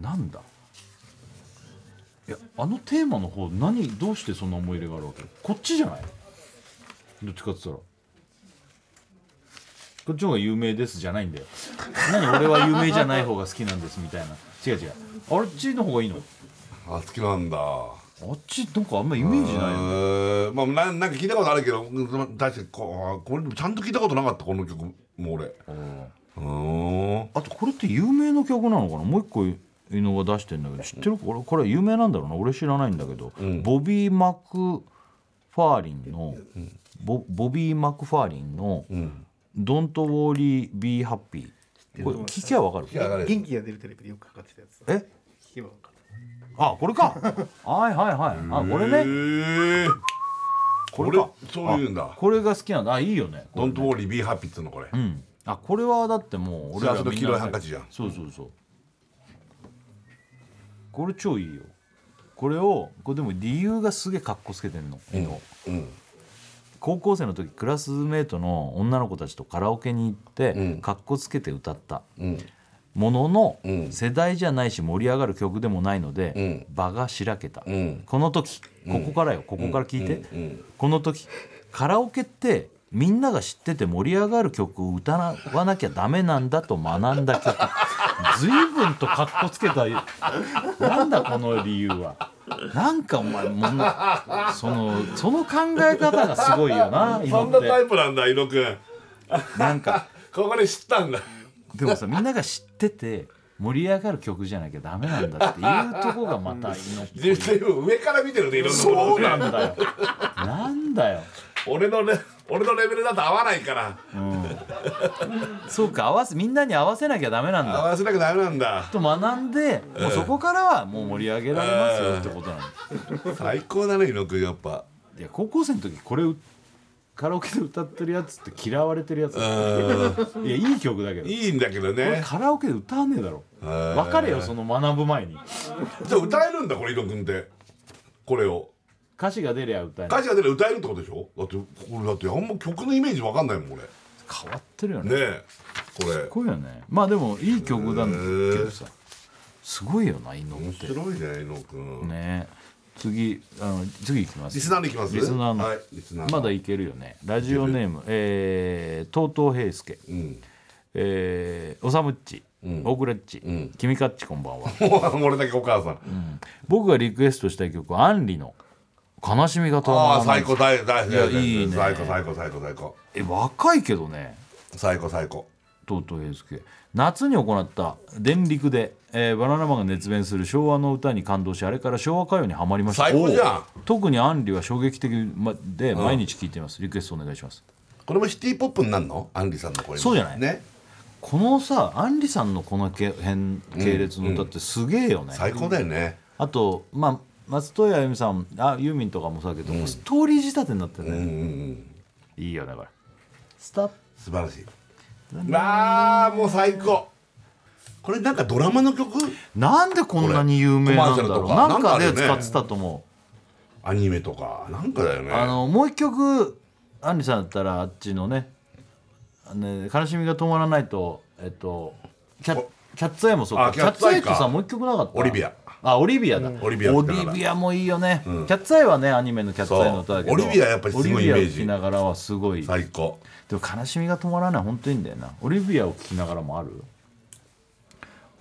B: うなんだいやあのテーマの方何どうしてそんな思い入れがあるわけこっちじゃないどっちかっつったらこっちの方が有名ですじゃないんだよ何俺は有名じゃない方が好きなんですみたいな違う違うあっちの方がいいの
C: ーあ好きなんだ
B: あっちなんかあんまイメージないよ
C: え
B: ね
C: ーまあななんか聞いたことあるけどうん確かにこうこれでもちゃんと聞いたことなかったこの曲も俺う
B: うん
C: ーん
B: あとこれって有名な曲なのかなもう一個伊野が出してんだけど知ってるこれこれ有名なんだろうな俺知らないんだけど、
C: ん
B: ボビー・マクファーリンの、ボボビー・マクファーリンの
C: うん
B: 「Don't Worry Be Happy」これ聞きゃわかる
C: 聞きゃわかる
D: 元気が出るテレビでよくかかってたやつ
B: え
D: 聞けば分かる
B: あこれか はいはいはいあこ
C: へ
B: れね
C: ーこ
B: こ
C: れ
B: れか
C: そういうんだ
B: これが好きなんだあいいよね
C: 「Don't worry be happy」っていうのこれ
B: うんあこれはだってもう俺ら
C: 幸せの
B: みんな
C: 黄色いハンカチじゃん
B: そうそうそうこれ超いいよこれをこれでも理由がすげえかっこつけてんの、江戸
C: うん
B: 高校生の時クラスメートの女の子たちとカラオケに行って、
C: うん
B: かっこつけて歌った
C: うん
B: ものの、
C: うん
B: 世代じゃないし盛り上がる曲でもないので、
C: うん
B: 場がしらけた、
C: うん
B: この時ここからよここから聞いて、
C: うんうん
B: この時カラオケってみんなが知ってて盛り上がる曲を歌わなきゃダメなんだと学ん だ曲随分とかっこつけたなんだこの理由はなんかお前もうそのその考え方がすごいよな
C: そ
B: 今
C: ん
B: っ
C: なタ
B: て
C: イプなんだ伊野くん
B: なんか
C: ここで知ったんだ
B: でもさみんなが知ってて盛り上がる曲じゃなきゃダメなんだっていうとこがまたいいのっぽい
C: 全部上から見てるねいろんなこと
B: そう
C: ね
B: なんだよなんだよ
C: 俺のレ俺のレベルだと合わないから
B: そうか合わせみんなに合わせなきゃダメなんだ
C: 合わせなくダメなんだ
B: と学んで、もうそこからはもう盛り上げられますよってことなんで
C: 最高だね伊野くんやっぱ
B: す。いや高校生の時これうカラオケで歌ってるやつって嫌われてるやつ。いやいい曲だけど。
C: いいんだけど
B: これ
C: ね
B: カラオケで歌わねえだろ。
C: ん
B: 分かれよその学ぶ前に。
C: じゃあ歌えるんだこれ伊野くんってこれを
B: 歌詞が出りゃ歌えない。
C: 歌詞が出れば歌えるってことでしょだってこれだってあんま曲のイメージわかんないもん俺ね
B: 変わってるよね。す
C: えこれ
B: ごいよね。まあでもいい曲なんだけどさ、すごいよな犬
C: 面
B: って。
C: 白いね伊野くん、
B: ね。次あの次いきます。
C: リスナーでいきます
B: リスナーの
C: はいリスナーの
B: まだいけるよね。ラジオネームえーとうとう平介。
C: うん
B: えー、おさむっち、大倉っち、君かっちこんばんは
C: 俺だけお母さん、
B: 僕がリクエストしたい曲はアンリの「悲しみが止
C: あ
B: ま
C: あ
B: らな
C: 最」
B: い
C: 高大大
B: いやいいね
C: 最高最高最高最高
B: え若いけどね
C: 最高最高
B: とうとう平介夏に行った電力で、えーバナナマンが熱弁する昭和の歌に感動しあれから昭和歌謡にはまりました
C: 最高じゃん
B: おう特にアンリは衝撃的まで毎日聴いています、リクエストお願いします
C: これもシティポップになるのアンリさんの声
B: そうじゃない
C: ね
B: このさアンリさんのこのけ辺系列の歌ってすげえよね、
C: 最高だよね、
B: あとまあ松任谷由実さんあユーミンとかもそうだけど、ストーリー仕立てになってるね、いいよねこれスタッ
C: 素晴らしいわあもう最高これなんかドラマの曲
B: なんでこんなに有名なんだろう
C: コマーシャルとか
B: なんかで
C: なんかあるよ
B: 使
C: ね
B: ってたと思
C: アニメとかなんかだよね
B: う、あのもう一曲アンリさんだったらあっちのね「あのね悲しみが止まらないと」えっとキャキャッツアイもそうか
C: あ
B: キ
C: キ
B: ャ
C: ャ
B: ッ
C: ッ
B: ツ
C: ツ
B: ア
C: ア
B: イ
C: イ
B: っ
C: か
B: てさもう一曲なかった
C: オリビア
B: あオリビアだ、
C: オリビアだ
B: オ
C: から
B: リビアもいいよね、キャッツアイはねアニメのキャッツアイの歌だけど
C: そうオリビアやっぱりすごい
B: オリビアを
C: イメージ
B: 聴きながらはすごい
C: 最高
B: でも悲しみが止まらない本当にいいんだよなオリビアを聴きながらもある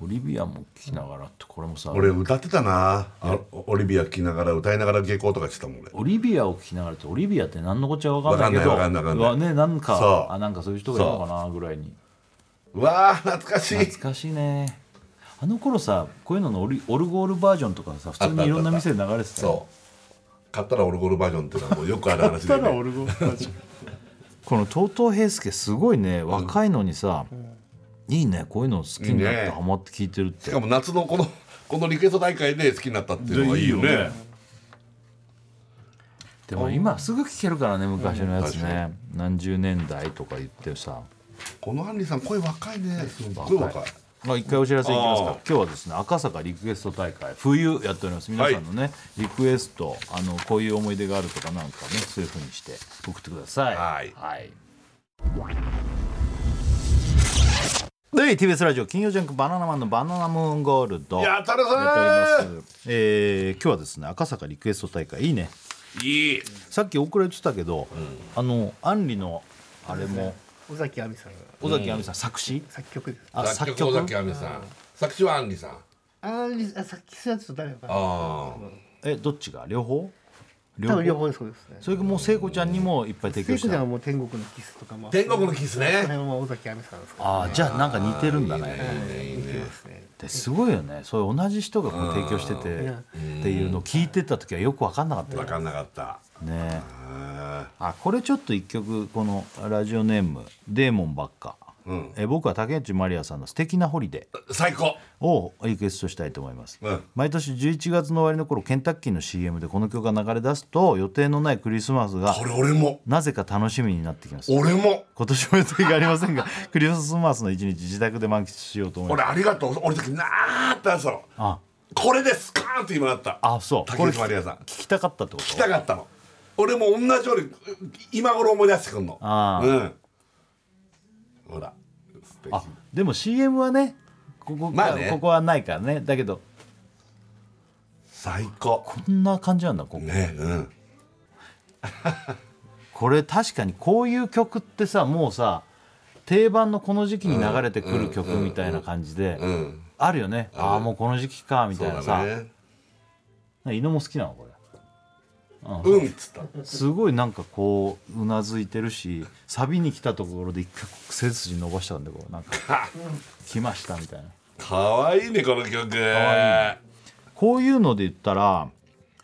B: オリビアも聴きながらってこれもさ
C: 俺歌ってたなあオリビア聴きながら歌いながら下校とかしてたもん俺
B: オリビアを聴きながらってオリビアって何のこっちゃ分かんないけど
C: わかんないわかんないわかんないう
B: わねなんか
C: そう
B: あなんかそういう人がいるのかなぐらいに
C: うわあ懐かしい
B: 懐かしいねあの頃さこういうののオリオルゴールバージョンとかさ普通にいろんな店で流れてたよ
C: そ買ったらオルゴールバージョンっていうのはもうよくある話で、
D: ただ
C: ね、
D: オルゴール
B: この TOTO 平介すごいね若いのにさ、いいねこういうの好きになっ
C: いい
B: て
C: ね
B: ハマって聞いてるっ
C: してかも夏のこのこのリクエスト大会で好きになったっていうのがいいよね
B: でも今すぐ聞けるからね昔のやつね、何十年代とか言ってさ
C: このアンリさん声若いねすごい若い
B: まあ、一回お知らせいきます
C: あ
B: か
C: ー
B: 今日はですね赤坂リクエスト大会冬やっております皆さんのね、リクエストあのこういう思い出があるとかなんかねそういうふうにして送ってください
C: はい
B: はいで TBS ラジオ金曜ジャンク「バナナマンのバナナムーンゴールド」
C: やったるぜ
B: やっております、えー今日はですね赤坂リクエスト大会いいね
C: いい
B: さっき遅れてたけど、あのアンリのあれも
D: 尾崎亜美さんが
B: 尾崎亜美さん作詞
D: 作曲です
B: あ
C: 作曲尾崎亜美さん作詞はアンリさん
D: あリあ作曲したやつと誰かな
C: あ
B: えどっちが両方
D: 多分両方そうですね
B: それがもう聖子ちゃんにもいっぱい提
D: 聖
B: 供
D: 子
B: し
D: ちゃん
B: た
D: はもう天国のキスとかも
C: 天国のキスね
D: その辺は尾崎亜美さんですから
B: ああじゃあなんか似てるんだね
D: 似てますね
B: ですごいよねそういう同じ人がこう提供しててっていうのを聞いてた時はよく分かんなかった
C: あ
B: よ
C: 分かんなかった
B: ね
C: あ
B: あこれちょっと一曲このラジオネーム「デーモンばっか」
C: うん
B: え僕は竹内まりやさんの「素敵なホリデー」
C: ー最高
B: をリクエストしたいと思います、
C: うん
B: 毎年11月の終わりの頃ケンタッキーの CM でこの曲が流れ出すと予定のないクリスマスが
C: これ俺も
B: なぜか楽しみになってきます
C: 俺も
B: 今年も予定がありませんが クリスマスの一日自宅で満喫しようと思います
C: 俺ありがとう俺の時なーってなってたの
B: あ
C: これですカーンって今なった
B: あそう
C: 竹内まりやさん
B: 聞きたかったってこと
C: 来たかったの俺も同じより今頃思い出してくんの
B: あ
C: うんほら素敵
B: あでも CM はねここ,、
C: まあね
B: ここはないからねだけど
C: 最高
B: こんな感じなんだここ
C: ねうん
B: これ確かにこういう曲ってさもうさ定番のこの時期に流れてくる曲みたいな感じで、
C: うん
B: あるよね、ああもうこの時期かみ
C: そ
B: た
C: う
B: いな
C: だ
B: さ、
C: ね
B: 犬も好きなのこれ
C: うんっつった
B: すごいなんかこううなずいてるしサビに来たところで一回背筋伸ばしたんでこうなん か来ましたみたいな
C: かわいいねこの曲
B: わこういうので言ったら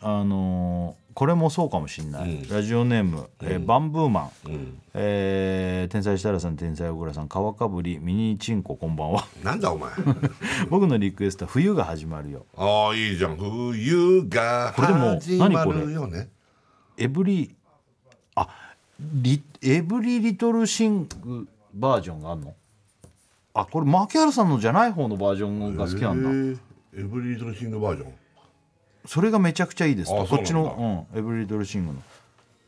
B: あのーこれもそうかもしんない、ラジオネーム、えーバンブーマン、えー天才設楽さん天才小倉さん川かぶりミニチンコこんばんは
C: なんだお前
B: 僕のリクエストは「冬が始まるよ」
C: ああいいじゃん冬が
B: これでも
C: 始まるよね
B: エブリあリエブリリトルシングバージョンがあるのあこれ牧原さんのじゃない方のバージョンが好きなんだ、
C: だエブリードのシングバージョン
B: それがめちゃくちゃいいです
C: あ
B: と
C: そうなんだ
B: こっちの、うん、エブリリトルシングの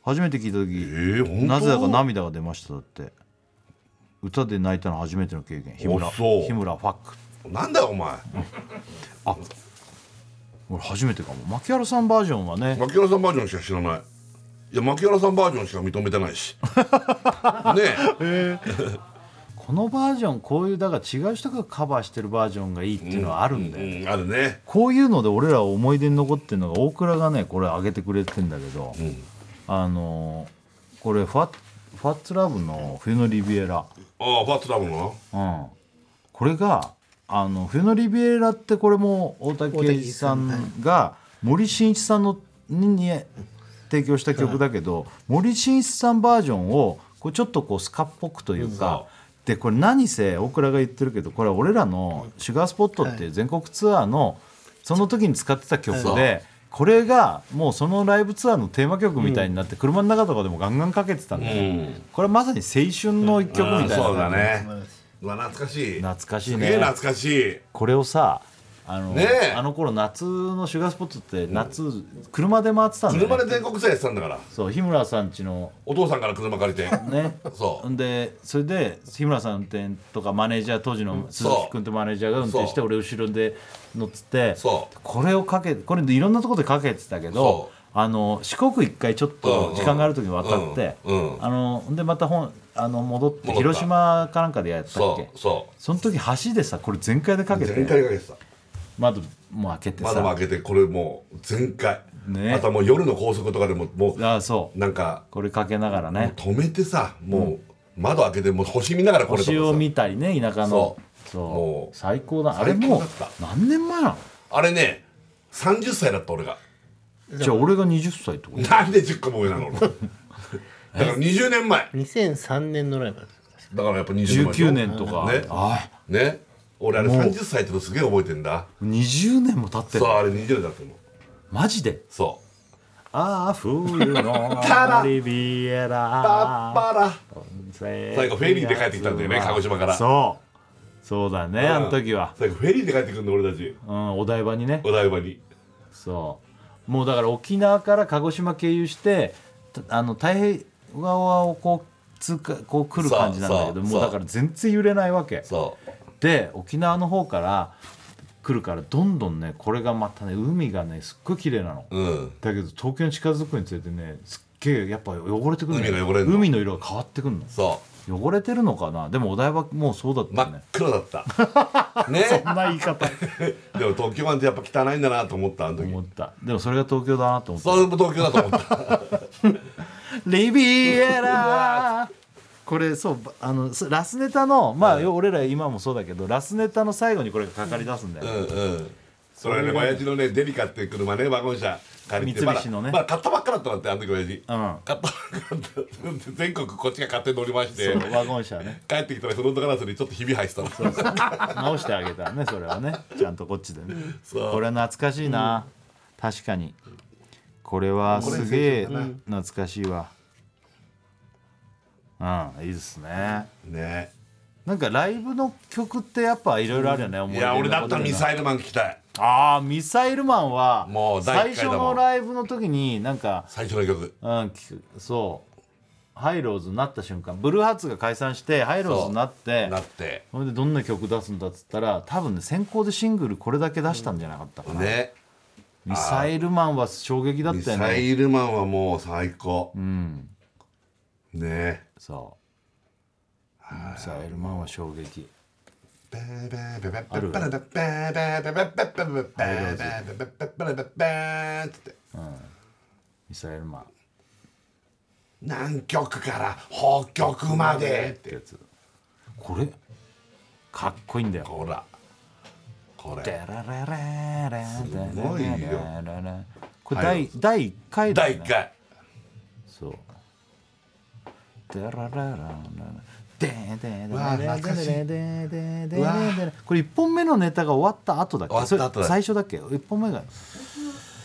B: 初めて聞いた時、
C: ええ本当
B: なぜだか涙が出ましただって歌で泣いたの初めての経験日村
C: あそう
B: 日村ファック
C: なんだよお前
B: 俺初めてかも牧原さんバージョンはね
C: 牧原さんバージョンしか知らないいや牧原さんバージョンしか認めてない しねえ
B: このバージョンこういうだから違う人がカバーしてるバージョンがいいっていうのはあるんだよね、
C: うんあるね
B: こういうので俺ら思い出に残ってるのが大倉がねこれ上げてくれてんだけど、あのーこれファ「ファッツラブの「冬のリビエラ
C: ああファットラブの」
B: うん、これが「あの冬のリビエラ」ってこれも大竹
D: 大
B: 圭
D: 竹
B: 一さ
D: さん
B: んが森進一さんのにに提供した曲だけど、森進一さんバージョンをこうちょっとこうスカっぽくというか。でこれ何せ大倉が言ってるけどこれは俺らの「シュガースポット」っていう全国ツアーのその時に使ってた曲でこれがもうそのライブツアーのテーマ曲みたいになって車の中とかでもガンガンかけてたん
C: う
B: で
C: ん
B: これまさに青春の一曲みたいな
C: そうだね
D: 素晴らしいう
C: わ懐かしい
B: 懐かしい
C: す
B: ね
C: げえ懐かしい
B: これをさあの,、
C: ねえ
B: あの頃夏のシュガースポットって夏、車で回ってたんだよ
C: 車
B: ね、
C: で全国制やってたんだから
B: そう日村さんちの
C: お父さんから車借り て
B: ね
C: そうん
B: でそれで日村さん運転とかマネージャー当時の鈴木君とマネージャーが運転して
C: そう
B: 俺後ろで乗ってて
C: そう
B: これをかけこれいろんなところでかけてたけど
C: そう
B: あの四国一回ちょっと時間がある時に渡って、
C: うんうん
B: あのでまた本あの戻って
C: 戻った
B: 広島かなんかでやったっけ
C: そ
B: そう
C: そう
B: の時橋でさこれ全開でかけて
C: 全開かけてた
B: 窓も開けてさ
C: 窓も開けてこれもう全開、
B: ね
C: あとはもう夜の高速とかでもも
B: ああそう
C: うなんか
B: これかけながらね
C: 止めてさもう窓開けてもう星見ながらこれとか
B: 星を見たりね田舎の
C: そう
B: そ
C: もう
B: う最高だあれ
C: 最高
B: もう
C: だった
B: 何年前なの
C: あれね30歳だった俺が
B: じゃあ俺が20歳ってこと
C: なんで10個も上な の俺だから20年前
D: 2003年のライブなんですよ
C: だからやっぱ20年前
B: 19年とか、
C: ね
B: あ
C: ね俺あれ30歳ってのすげえ覚えてんだ
B: 20年も経っ
C: そ
B: てる
C: うあれ20年だったの
B: マジで
C: そ
B: ああ冬の
C: ただ
B: リビエ
C: う パッ
B: ラ
C: パラ
B: 最
C: 最後フェリーで帰ってきたんだよね鹿児島から
B: そうそうだね、
C: うん
B: あの時は、
C: 最後フェリーで帰ってくるの俺たち
B: うん、お台場にね
C: お台場に
B: そうもうだから沖縄から鹿児島経由してたあの太平洋側をこう通過こう来る感じなんだけ
C: そ
B: ど
C: うそう
B: もうだから全然揺れないわけ
C: そう
B: で沖縄の方から来るからどんどんねこれがまたね海がねすっごい綺麗なの
C: うん
B: だけど東京に近づくにつれてねすっげえやっぱ汚れてくるのよ
C: 海が汚れんの
B: 海の色が変わってくるの
C: そ
B: 汚れてるのかなでもお台場もうそうだっ
C: う
B: た
C: 真
B: よ
C: っ
B: ね、
C: 黒だった ね
B: そんな言い方
C: でも東京湾ってやっぱ汚いんだなと思ったあの時
B: 思ったでもそれが東京だなと思った
C: それも東京だと思った
B: リビエラこれそうばあのすラスネタのまあ、よ俺ら今もそうだけどラスネタの最後にこれがかかり出すんだよ、
C: うんうんそれはね親父のねデリカっていう車ねワゴン車借りて
B: 三菱のね
C: まだまだ買ったばっかだったなってあの時親父
B: うん
C: 買ったばっかだった全国こっちが勝手に乗りまして
B: そうワゴン車ね
C: 帰ってきたらフロントガラスにちょっとひび入ってたの
B: 直してあげたらねそれはねちゃんとこっちでね
C: そう
B: これ懐かしいな、確かにこれはすげえ
C: これ青春
B: 懐かしいわうんいいですね
C: ね
B: なんかライブの曲ってやっぱいろいろあるよね、思
C: い
B: 出に
C: や
B: 残
C: 俺だったら
B: る
C: ミ
B: な
C: サイルマン聞きたい
B: ああミサイルマンは
C: もう第
B: 最
C: 一
B: 初
C: 回だも
B: の
C: ん
B: ライブの時になんか
C: 最初の曲
B: うん聞くそうハイローズになった瞬間ブルーハーツが解散してハイローズになって
C: なって
B: それでどんな曲出すんだっつったら多分ね先行でシングルこれだけ出したんじゃなかったかな、
C: ね
B: ミサイルマンは衝撃だっ
C: ミ
B: たよ
C: サ
B: ね
C: イルマンはもう最高ね
B: そうミサイルマンは衝撃ミサイルマンっ
C: 南極から北極までって
B: てやつこれかっこいいんだよ
C: ほらこ
B: す
C: れ
B: ご
C: いよ
B: これ第第1回だ
C: 第1
B: よね
C: 回
B: そうデラララララでんでんでんでんでんでんでんでん
C: わあ懐かしい
B: でんでん
C: うわ
B: これ1本目のネタが終わった後だっけ
C: 終わった後だ
B: それ最初だっけ1本目が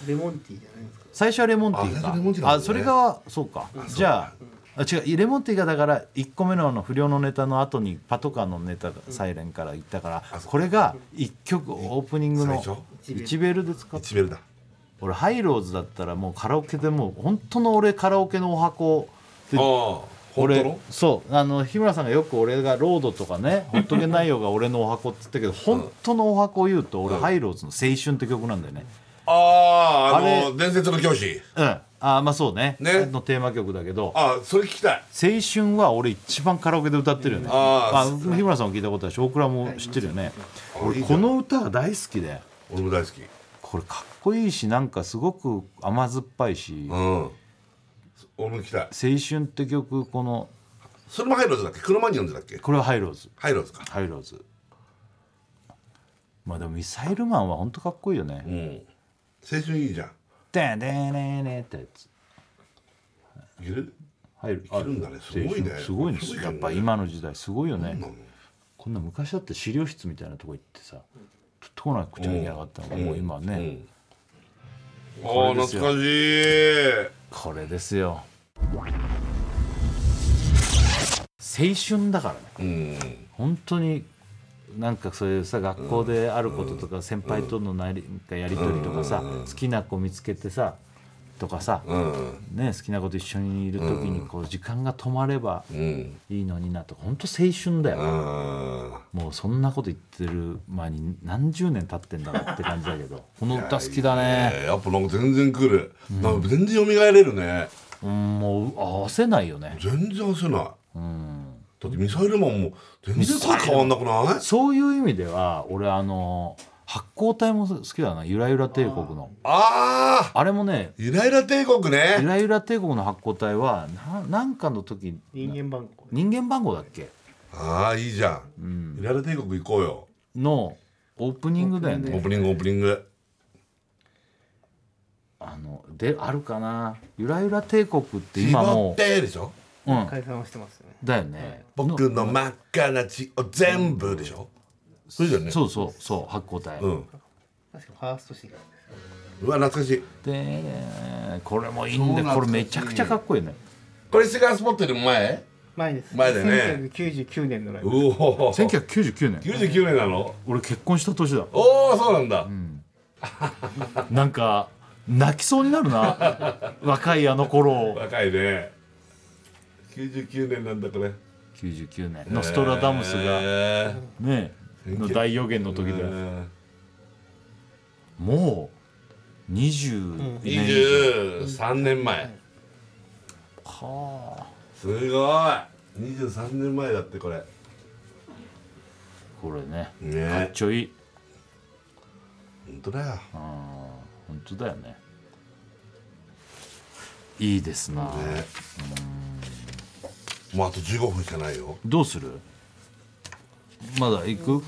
D: レモンティーじゃないんですか
B: 最初はレモンティ
C: あ最初レモンティーなん
B: ーか
C: だね
B: あそれがそうかじゃああ違うレモンティーがだから1個目のあの不良のネタの後にパトカーのネタがサイレンから言ったからこれが1曲オープニングの
C: 最初
B: 1ベルで使って
C: 1ベルだ
B: 俺ハイローズだったらもうカラオケでもう本当の俺カラオケのお箱で
C: ああ本当
B: 俺
C: の
B: そうあの日村さんがよく俺がロードとかね「ほっとけないよ」が俺のお箱って言ったけど本当のお箱を言うと俺、
C: うん
B: ハイローズの「青春」って曲なんだよね
C: あああ
B: あ
C: の伝説の教師
B: うんあーまあそうね
C: ね
B: のテーマ曲だけど
C: ああそれ聞きたい
B: 「青春」は俺一番カラオケで歌ってるよね、
C: あー
B: まあ日村さんも聞いたことあるし大倉も知ってるよね俺この歌が大好きで
C: 俺も大好き
B: これかっこいいしなんかすごく甘酸っぱいし「
C: う
B: 青
C: ん俺も聞きたい
B: 春」って曲この
C: それもハイローズだっけ車に呼んでたっけ
B: これはハイローズ
C: ハイローズか
B: ハイローズまあでもミサイルマンは本当かっこいいよね、
C: うん青春いいじゃん
B: でんでんでんでんってやつ
C: いける
B: 入る
C: いけるんだねすごいね
B: すごいね
C: すごいよね
B: やっぱ今の時代すごいよね
C: なの
B: こんな昔だって資料室みたいなとこ行ってさ取ってこなくちゃいけなかったのが、もう今ね、
C: ああ懐
B: れで
C: か
B: す
C: し
B: よ
C: い
B: これですよ青春だからね
C: うん
B: 本当になんかそういうさ学校であることとか先輩とのなりかやり取りとかさ好きな子見つけてさとかさ
C: うん
B: ね好きな子と一緒にいる時にこう時間が止まれば
C: うん
B: いいのになと本当青春だよ
C: あ
B: もうそんなこと言ってる前に何十年経ってんだろうって感じだけどこの歌好きだ
C: あ
B: ね
C: えーやっぱなんか全然来るなんか全然蘇れるね
B: うんもう合わせないよね
C: 全然焦らない
B: うん
C: だってミサイルマンも全然声変わんなくない
B: そういう意味では俺あの発光体も好きだなゆらゆら帝国の
C: ああ
B: あれもね
C: イライラ帝国
B: ゆ
C: ね
B: らゆら帝国の発光体はななんかの時
D: 人間番号
B: 人間番号だっけ
C: ああいいじゃんイライラ帝国行こうよ
B: のオープニングだよ
C: オ
B: ね
C: ープニングオープニング
B: あのであるかなゆらゆら帝国って今
C: 今っ
B: も
C: てでしょ
B: う、うん、
D: 解散はしてますよね
B: だよね
C: 僕の真っ赤な血を全部でしょそれだよね
B: そうそうそう発光体、
C: うん
D: 確かファーストシングル
C: うわ懐かしい
B: でこれもいいん
C: そ
B: で
C: うなんです
B: これめちゃくちゃかっこいいね
C: これシガースポットよりも前
D: 前です
C: 前だよね
D: 1999年のライ
C: う
D: ブ
C: おー
B: 1999年
C: 99年なの
B: 俺結婚した年だ
C: おおそうなんだ、
B: なんか泣きそうになる な若いあの頃を
C: 若いね99年なんだこれ
B: 99年ノストラダムスが
C: え
B: ねの大予言の時
C: ー
B: だよ
C: え
B: もう
C: ー
B: 20年以上
C: 23年前
B: はあ
C: すごい23年前だってこれ
B: これね
C: ね
B: かっちょいい
C: 本当だよ
B: あー本当だよねいいですな
C: ねもうあと15分しかないよ
B: どうするまだ行く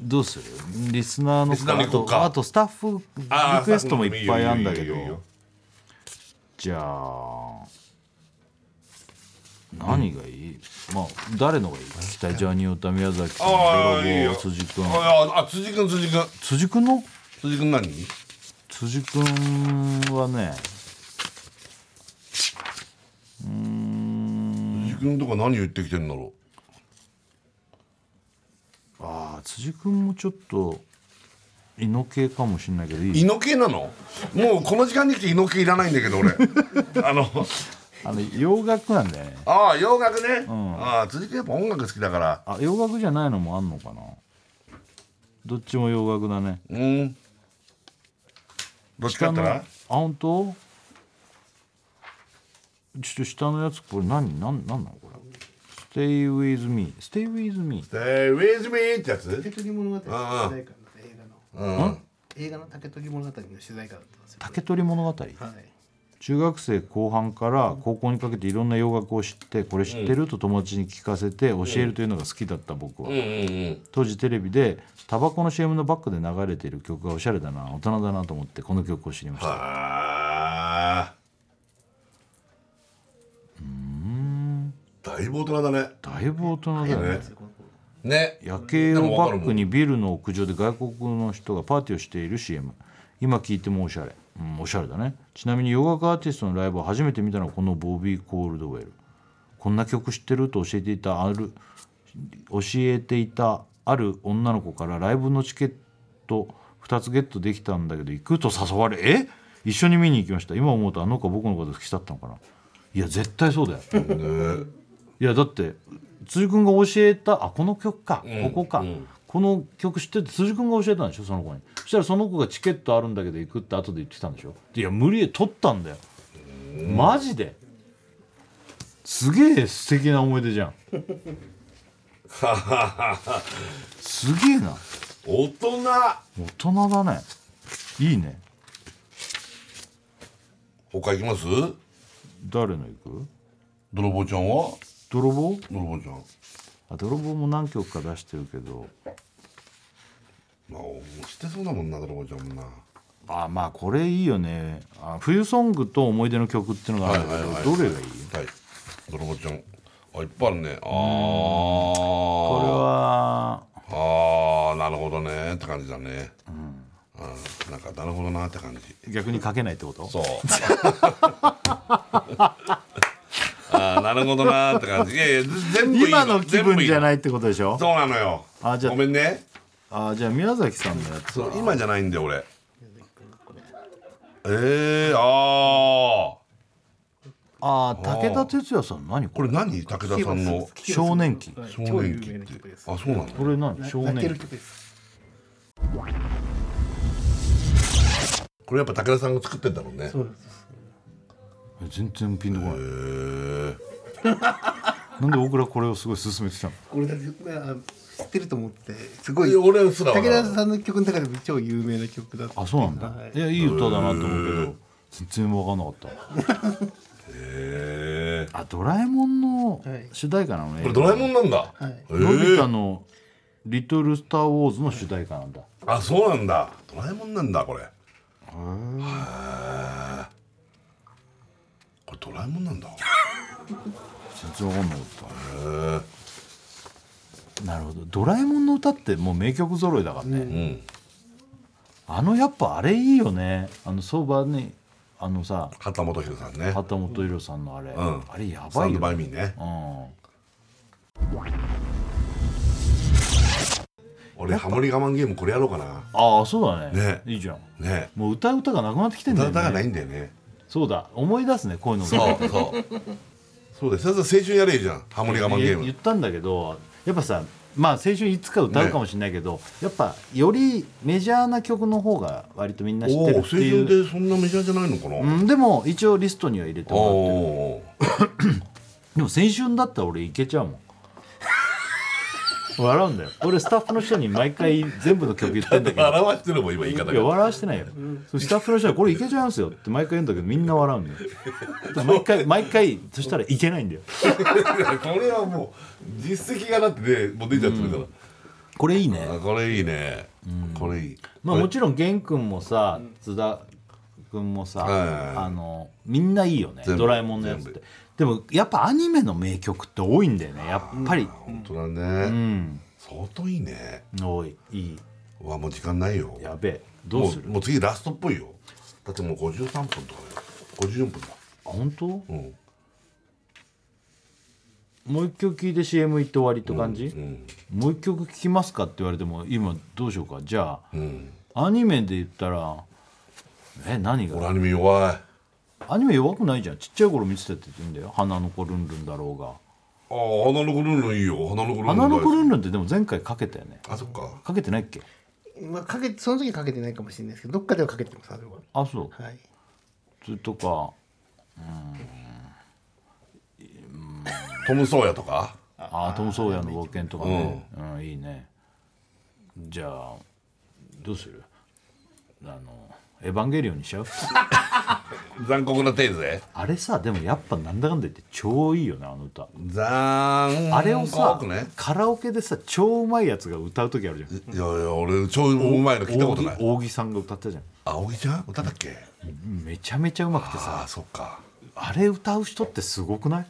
B: どうするリスナーの
C: リスナーの
B: あ
C: 行こうか
B: とあとスタッフリクエストもいっぱいあんだけど
C: いいよいいよ
B: じゃあ何がいい、まあ誰のがいい聞きたいジャニオタ宮崎さん
C: ああいい
B: 泥
C: よ
B: 棒辻君
C: あああ辻君辻君
B: 辻君の
C: 辻君何
B: 辻君はね
C: 辻君とか何言ってきてんだろ
B: ああ辻君もちょっと胃の系かもしれないけどいうい
C: 猪木なのもうこの時間に来て猪木いらないんだけど 俺あの
B: あの洋楽なんだよね
C: ああ洋楽ね、ああ辻君やっぱ音楽好きだから
B: あ洋楽じゃないのもあんのかなどっちも洋楽だね
C: うんどっちか
B: 下
C: って
B: の
C: な
B: あ本当ちょっと下のやつこれ何何何なのこれ Stay with me Stay with
C: 「
B: me
C: Stay with me」ってやつ
D: 竹取物語の主題歌なんです映画の
C: うん
D: 映画の竹取物語の主題歌だったんですよ
B: 竹取物語
D: はい
B: 中学生後半から高校にかけていろんな洋楽を知ってこれ知ってると友達に聞かせて教えるというのが好きだった僕は
C: うんうん
B: 当時テレビでタバコの CM のバックで流れている曲がおしゃれだな大人だなと思ってこの曲を知りました
C: はあだいぶ大人だね
B: だいぶ大人だよね
D: この頃
C: ね
B: 夜景をバックにビルの屋上で外国の人がパーティーをしている CM 今聞いてもおしゃれ、うん、おしゃれだねちなみに洋楽アーティストのライブを初めて見たのはこのボビー・コールドウェルこんな曲知ってると教えていたある教えていたある女の子からライブのチケット2つゲットできたんだけど行くと誘われえ一緒に見に行きました今思うとあの子は僕のこと好きだったのかないや絶対そうだよいやだって辻君が教えたあこの曲か、ここか、この曲知ってて辻君が教えたんでしょその子にそしたらその子がチケットあるんだけど行くって後で言ってきたんでしょいや無理で取ったんだよマジですげえ素敵な思い出じゃんすげえな
C: 大人
B: 大人だねいいね
C: 他行きます
B: 誰の行く
C: 泥棒ちゃんは
B: 泥棒
C: 泥棒ちゃん
B: あ泥棒も何曲か出してるけど
C: まあもう知ってそうだもんな泥棒ちゃんもな
B: あまあこれいいよねあ冬ソングと思い出の曲っていうのがあるんだ
C: はいはいは
B: けど
C: い
B: どれがい
C: は
B: い
C: い泥棒ちゃんあいっぱいあるねあ
B: これ
C: ー
B: は
C: あーなるほどねって感じだねうんなんかなるほどなって感じ
B: 逆に書けないってこと
C: そう あーなるほどなって感じいやいやぜ全部いい
B: 今の気分じゃ
C: い
B: ないってことでしょ
C: そうなのよ
B: あじゃあ
C: ごめんね
B: あじゃあ宮崎さんのやつ
C: そう今じゃないんだよ俺
D: これ
C: えー、ああ
B: あ武田鉄矢さん何こ
C: こ
B: れ
C: れ何武田さんの
B: 少年期
D: はい
C: 少
D: 超有
C: 年期っ
D: 名な
C: て
D: 曲です
C: あそうなの
B: これ何少
D: 泣け
B: 年
D: る
B: 期
D: 曲です
C: これやっぱ武田さんが作ってんだろうね
D: そうです
B: え全然ピンとこない
C: へー
B: なんで大倉これをすごい勧めてきたの
D: これだけあ知ってると思ってす
C: こ
D: ごい
C: れ
D: 武
C: 俺うっすら分から
D: 田
C: ん
D: さんの曲の中でも超有名な曲だった
B: あそうなんだ、
D: はい
B: い、やいい歌だなと思うけど全然分かんなかった
C: へー
B: あドラえもんの主題歌なのね、
C: これドラえもんなんだ、
D: はい
C: え
B: のび太の「リトル・スター・ウォーズ」の主題歌なんだ
C: あそうなんだドラえもんなんだこれこれドラえもんなんだ
B: 全然わかんなかったなるほど「ドラえもん」の歌ってもう名曲揃いだからね、
C: うん
B: あのやっぱあれいいよねあのそばにあのさ
C: 畑本博さんね
B: 畑本博さんのあれ、
C: うん
B: あれや
C: スタ
B: ば
C: ン
B: い
C: ド
B: よ、
C: バイ
B: ね
C: ミーね
B: うん、
C: 俺ハモリ我慢ゲームこれやろうかな
B: ああそうだね
C: ね
B: いいじゃん
C: ね
B: もう歌う歌がなくなってきてんだ
C: 歌
B: よ、ね、
C: がないんだよね
B: そうだ思い出すねこういうのも
C: うそう そうです青春やれよじゃんハモリ我慢ゲー
B: 言
C: ム
B: ったんだけどやっぱさまあ青春いつか歌うかもしれないけど、やっぱよりメジャーな曲の方が割とみんな知
C: お
B: っ
C: お
B: て
C: ー
B: る
C: 青
B: ってい
C: 春
B: う
C: でそんなメジャーじゃないのかな、
B: うん、でも一応リストには入れて
C: お
B: もらってる
C: お
B: でも青春だったら俺いけちゃうもん笑うんだよ俺スタッフの人に毎回全部の曲言ってんだけど
C: 表してるもん今言い方
B: い や
C: が
B: 笑わしてないよ、そうスタッフの人はこれいけちゃいますよって毎回言うんだけどみんな笑うんだよだから毎回毎回そしたらいけないんだよ
C: これはもう実績がだってねもう出ちゃってるから、
B: これいいね
C: あこれいいね、これいい
B: まあもちろん源君もさ津田君もさ、
C: はいはいはい
B: あのみんないいよね「
C: 全部
B: ドラえもん」のやつっ
C: 全
B: て
C: 部
B: でもやっぱアニメの名曲って多いんだよねやっぱり
C: 本当だね、
B: うん
C: 相当いいね
B: 多いいいう
C: わもう時間ないよ
B: やべえどうする
C: もうもう次ラストっぽいよだってもう53分とかだよ54分だ
B: あ本当
C: うん
B: もう一曲聴いて CM 行って終わりって感じ、
C: うん
B: もう一曲聴きますかって言われても今どうしようかじゃ
C: うん
B: あアニメで言ったらえ何
C: 俺
B: が
C: アニメ弱いあ
B: アニメ弱くないじゃんちっちゃい頃見てたって言ってんだよ「花の子ルンルン」だろうが
C: あ花の子ルンルンいいよ花の子ルンル
B: 「
C: ン
B: 花の子ルンルン」ってでも前回かけたよね
C: あそっか
B: かけてないっけ
D: まあ、かけその時かけてないかもしれないですけどどっかではかけてますあれは
B: あそう
D: はい
B: それとか
C: トム・ソーヤとか
B: あトム・ソーヤの冒険とかね、うんいいねじゃあどうするあの「エヴァンゲリオン」にしちゃう
C: 残酷なテーゼ
B: あれさでもやっぱなんだかんだ言って超いいよねあの歌
C: 残酷ね
B: あれをさ、
C: ね
B: カラオケでさ超うまいやつが歌う時あるじゃん
C: いやいや俺超うまいの聞いたことない
B: 扇扇さんが歌ったじゃん
C: 青木ちゃん歌だっけ
B: めちゃめちゃうまくて
C: あ
B: さ
C: あそっか
B: あれ歌う人ってすごくない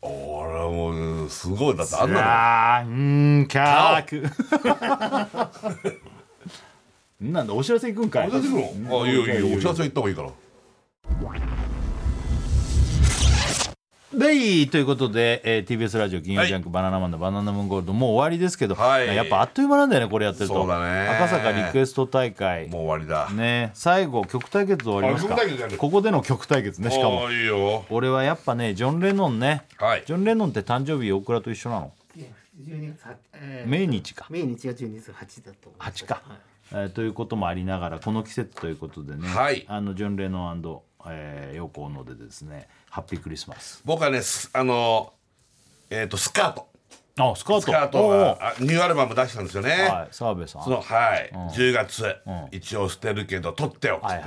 C: 俺はもうすごいだってあんな
B: あんかく なんだお知らせ行くんかい
C: のお茶作るのあいいよいいよお茶せ行った方がいいから
B: はいということで、えー TBS ラジオ金曜ジャンク、バナナマンのバナナムーンゴールドもう終わりですけど、
C: はい
B: やっぱあっという間なんだよねこれやってると
C: そうだね
B: 赤坂リクエスト大会
C: もう終わりだ
B: ね最後曲対決終わりますか
C: あ曲対決やる
B: ここでの曲対決ねしかも
C: ああいいよ
B: 俺はやっぱねジョン・レノンね、
C: はい
B: ジョン・レノンって誕生日大倉と一緒なの
D: 12月、え
B: 命日か
D: 命日が12月8だと思います
B: 8か、えーということもありながらこの季節ということでね、
C: はい
B: あのジョン・レノンえー、横尾のでですねハッピークリスマス
C: 僕はねすあのえっ、とスカート
B: あスカート
C: スカート
B: おう
C: があニューアルバム出したんですよね、
B: はい澤部さん
C: そのはい、10月、
B: ん
C: 一応捨てるけど取っておくってやつ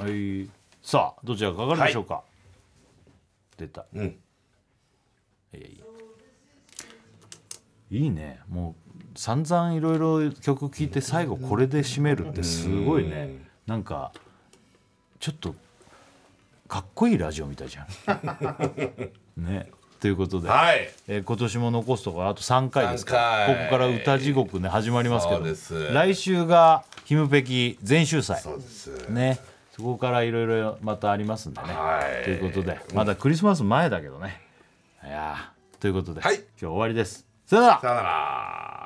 B: は
C: はい
B: いはいはい、さあどちらがかかるでしょうか、出た
C: うん
B: いいねもう散々いろいろ曲聴いて最後これで締めるってすごいねなんかちょっとかっこいいラジオみたいじゃ んねということで、
C: はい
B: えー今年も残すところあと3回です
C: 三
B: からこ
C: 回
B: こから歌地獄ね始まりますけ
C: そうです
B: ど来週がヒムペキ全集祭
C: そうです
B: ねそこからいろいろまたありますんでね、
C: はい
B: ということでまだクリスマス前だけどねいやーということで、
C: はい
B: 今日終わりですさよなら
C: さよなら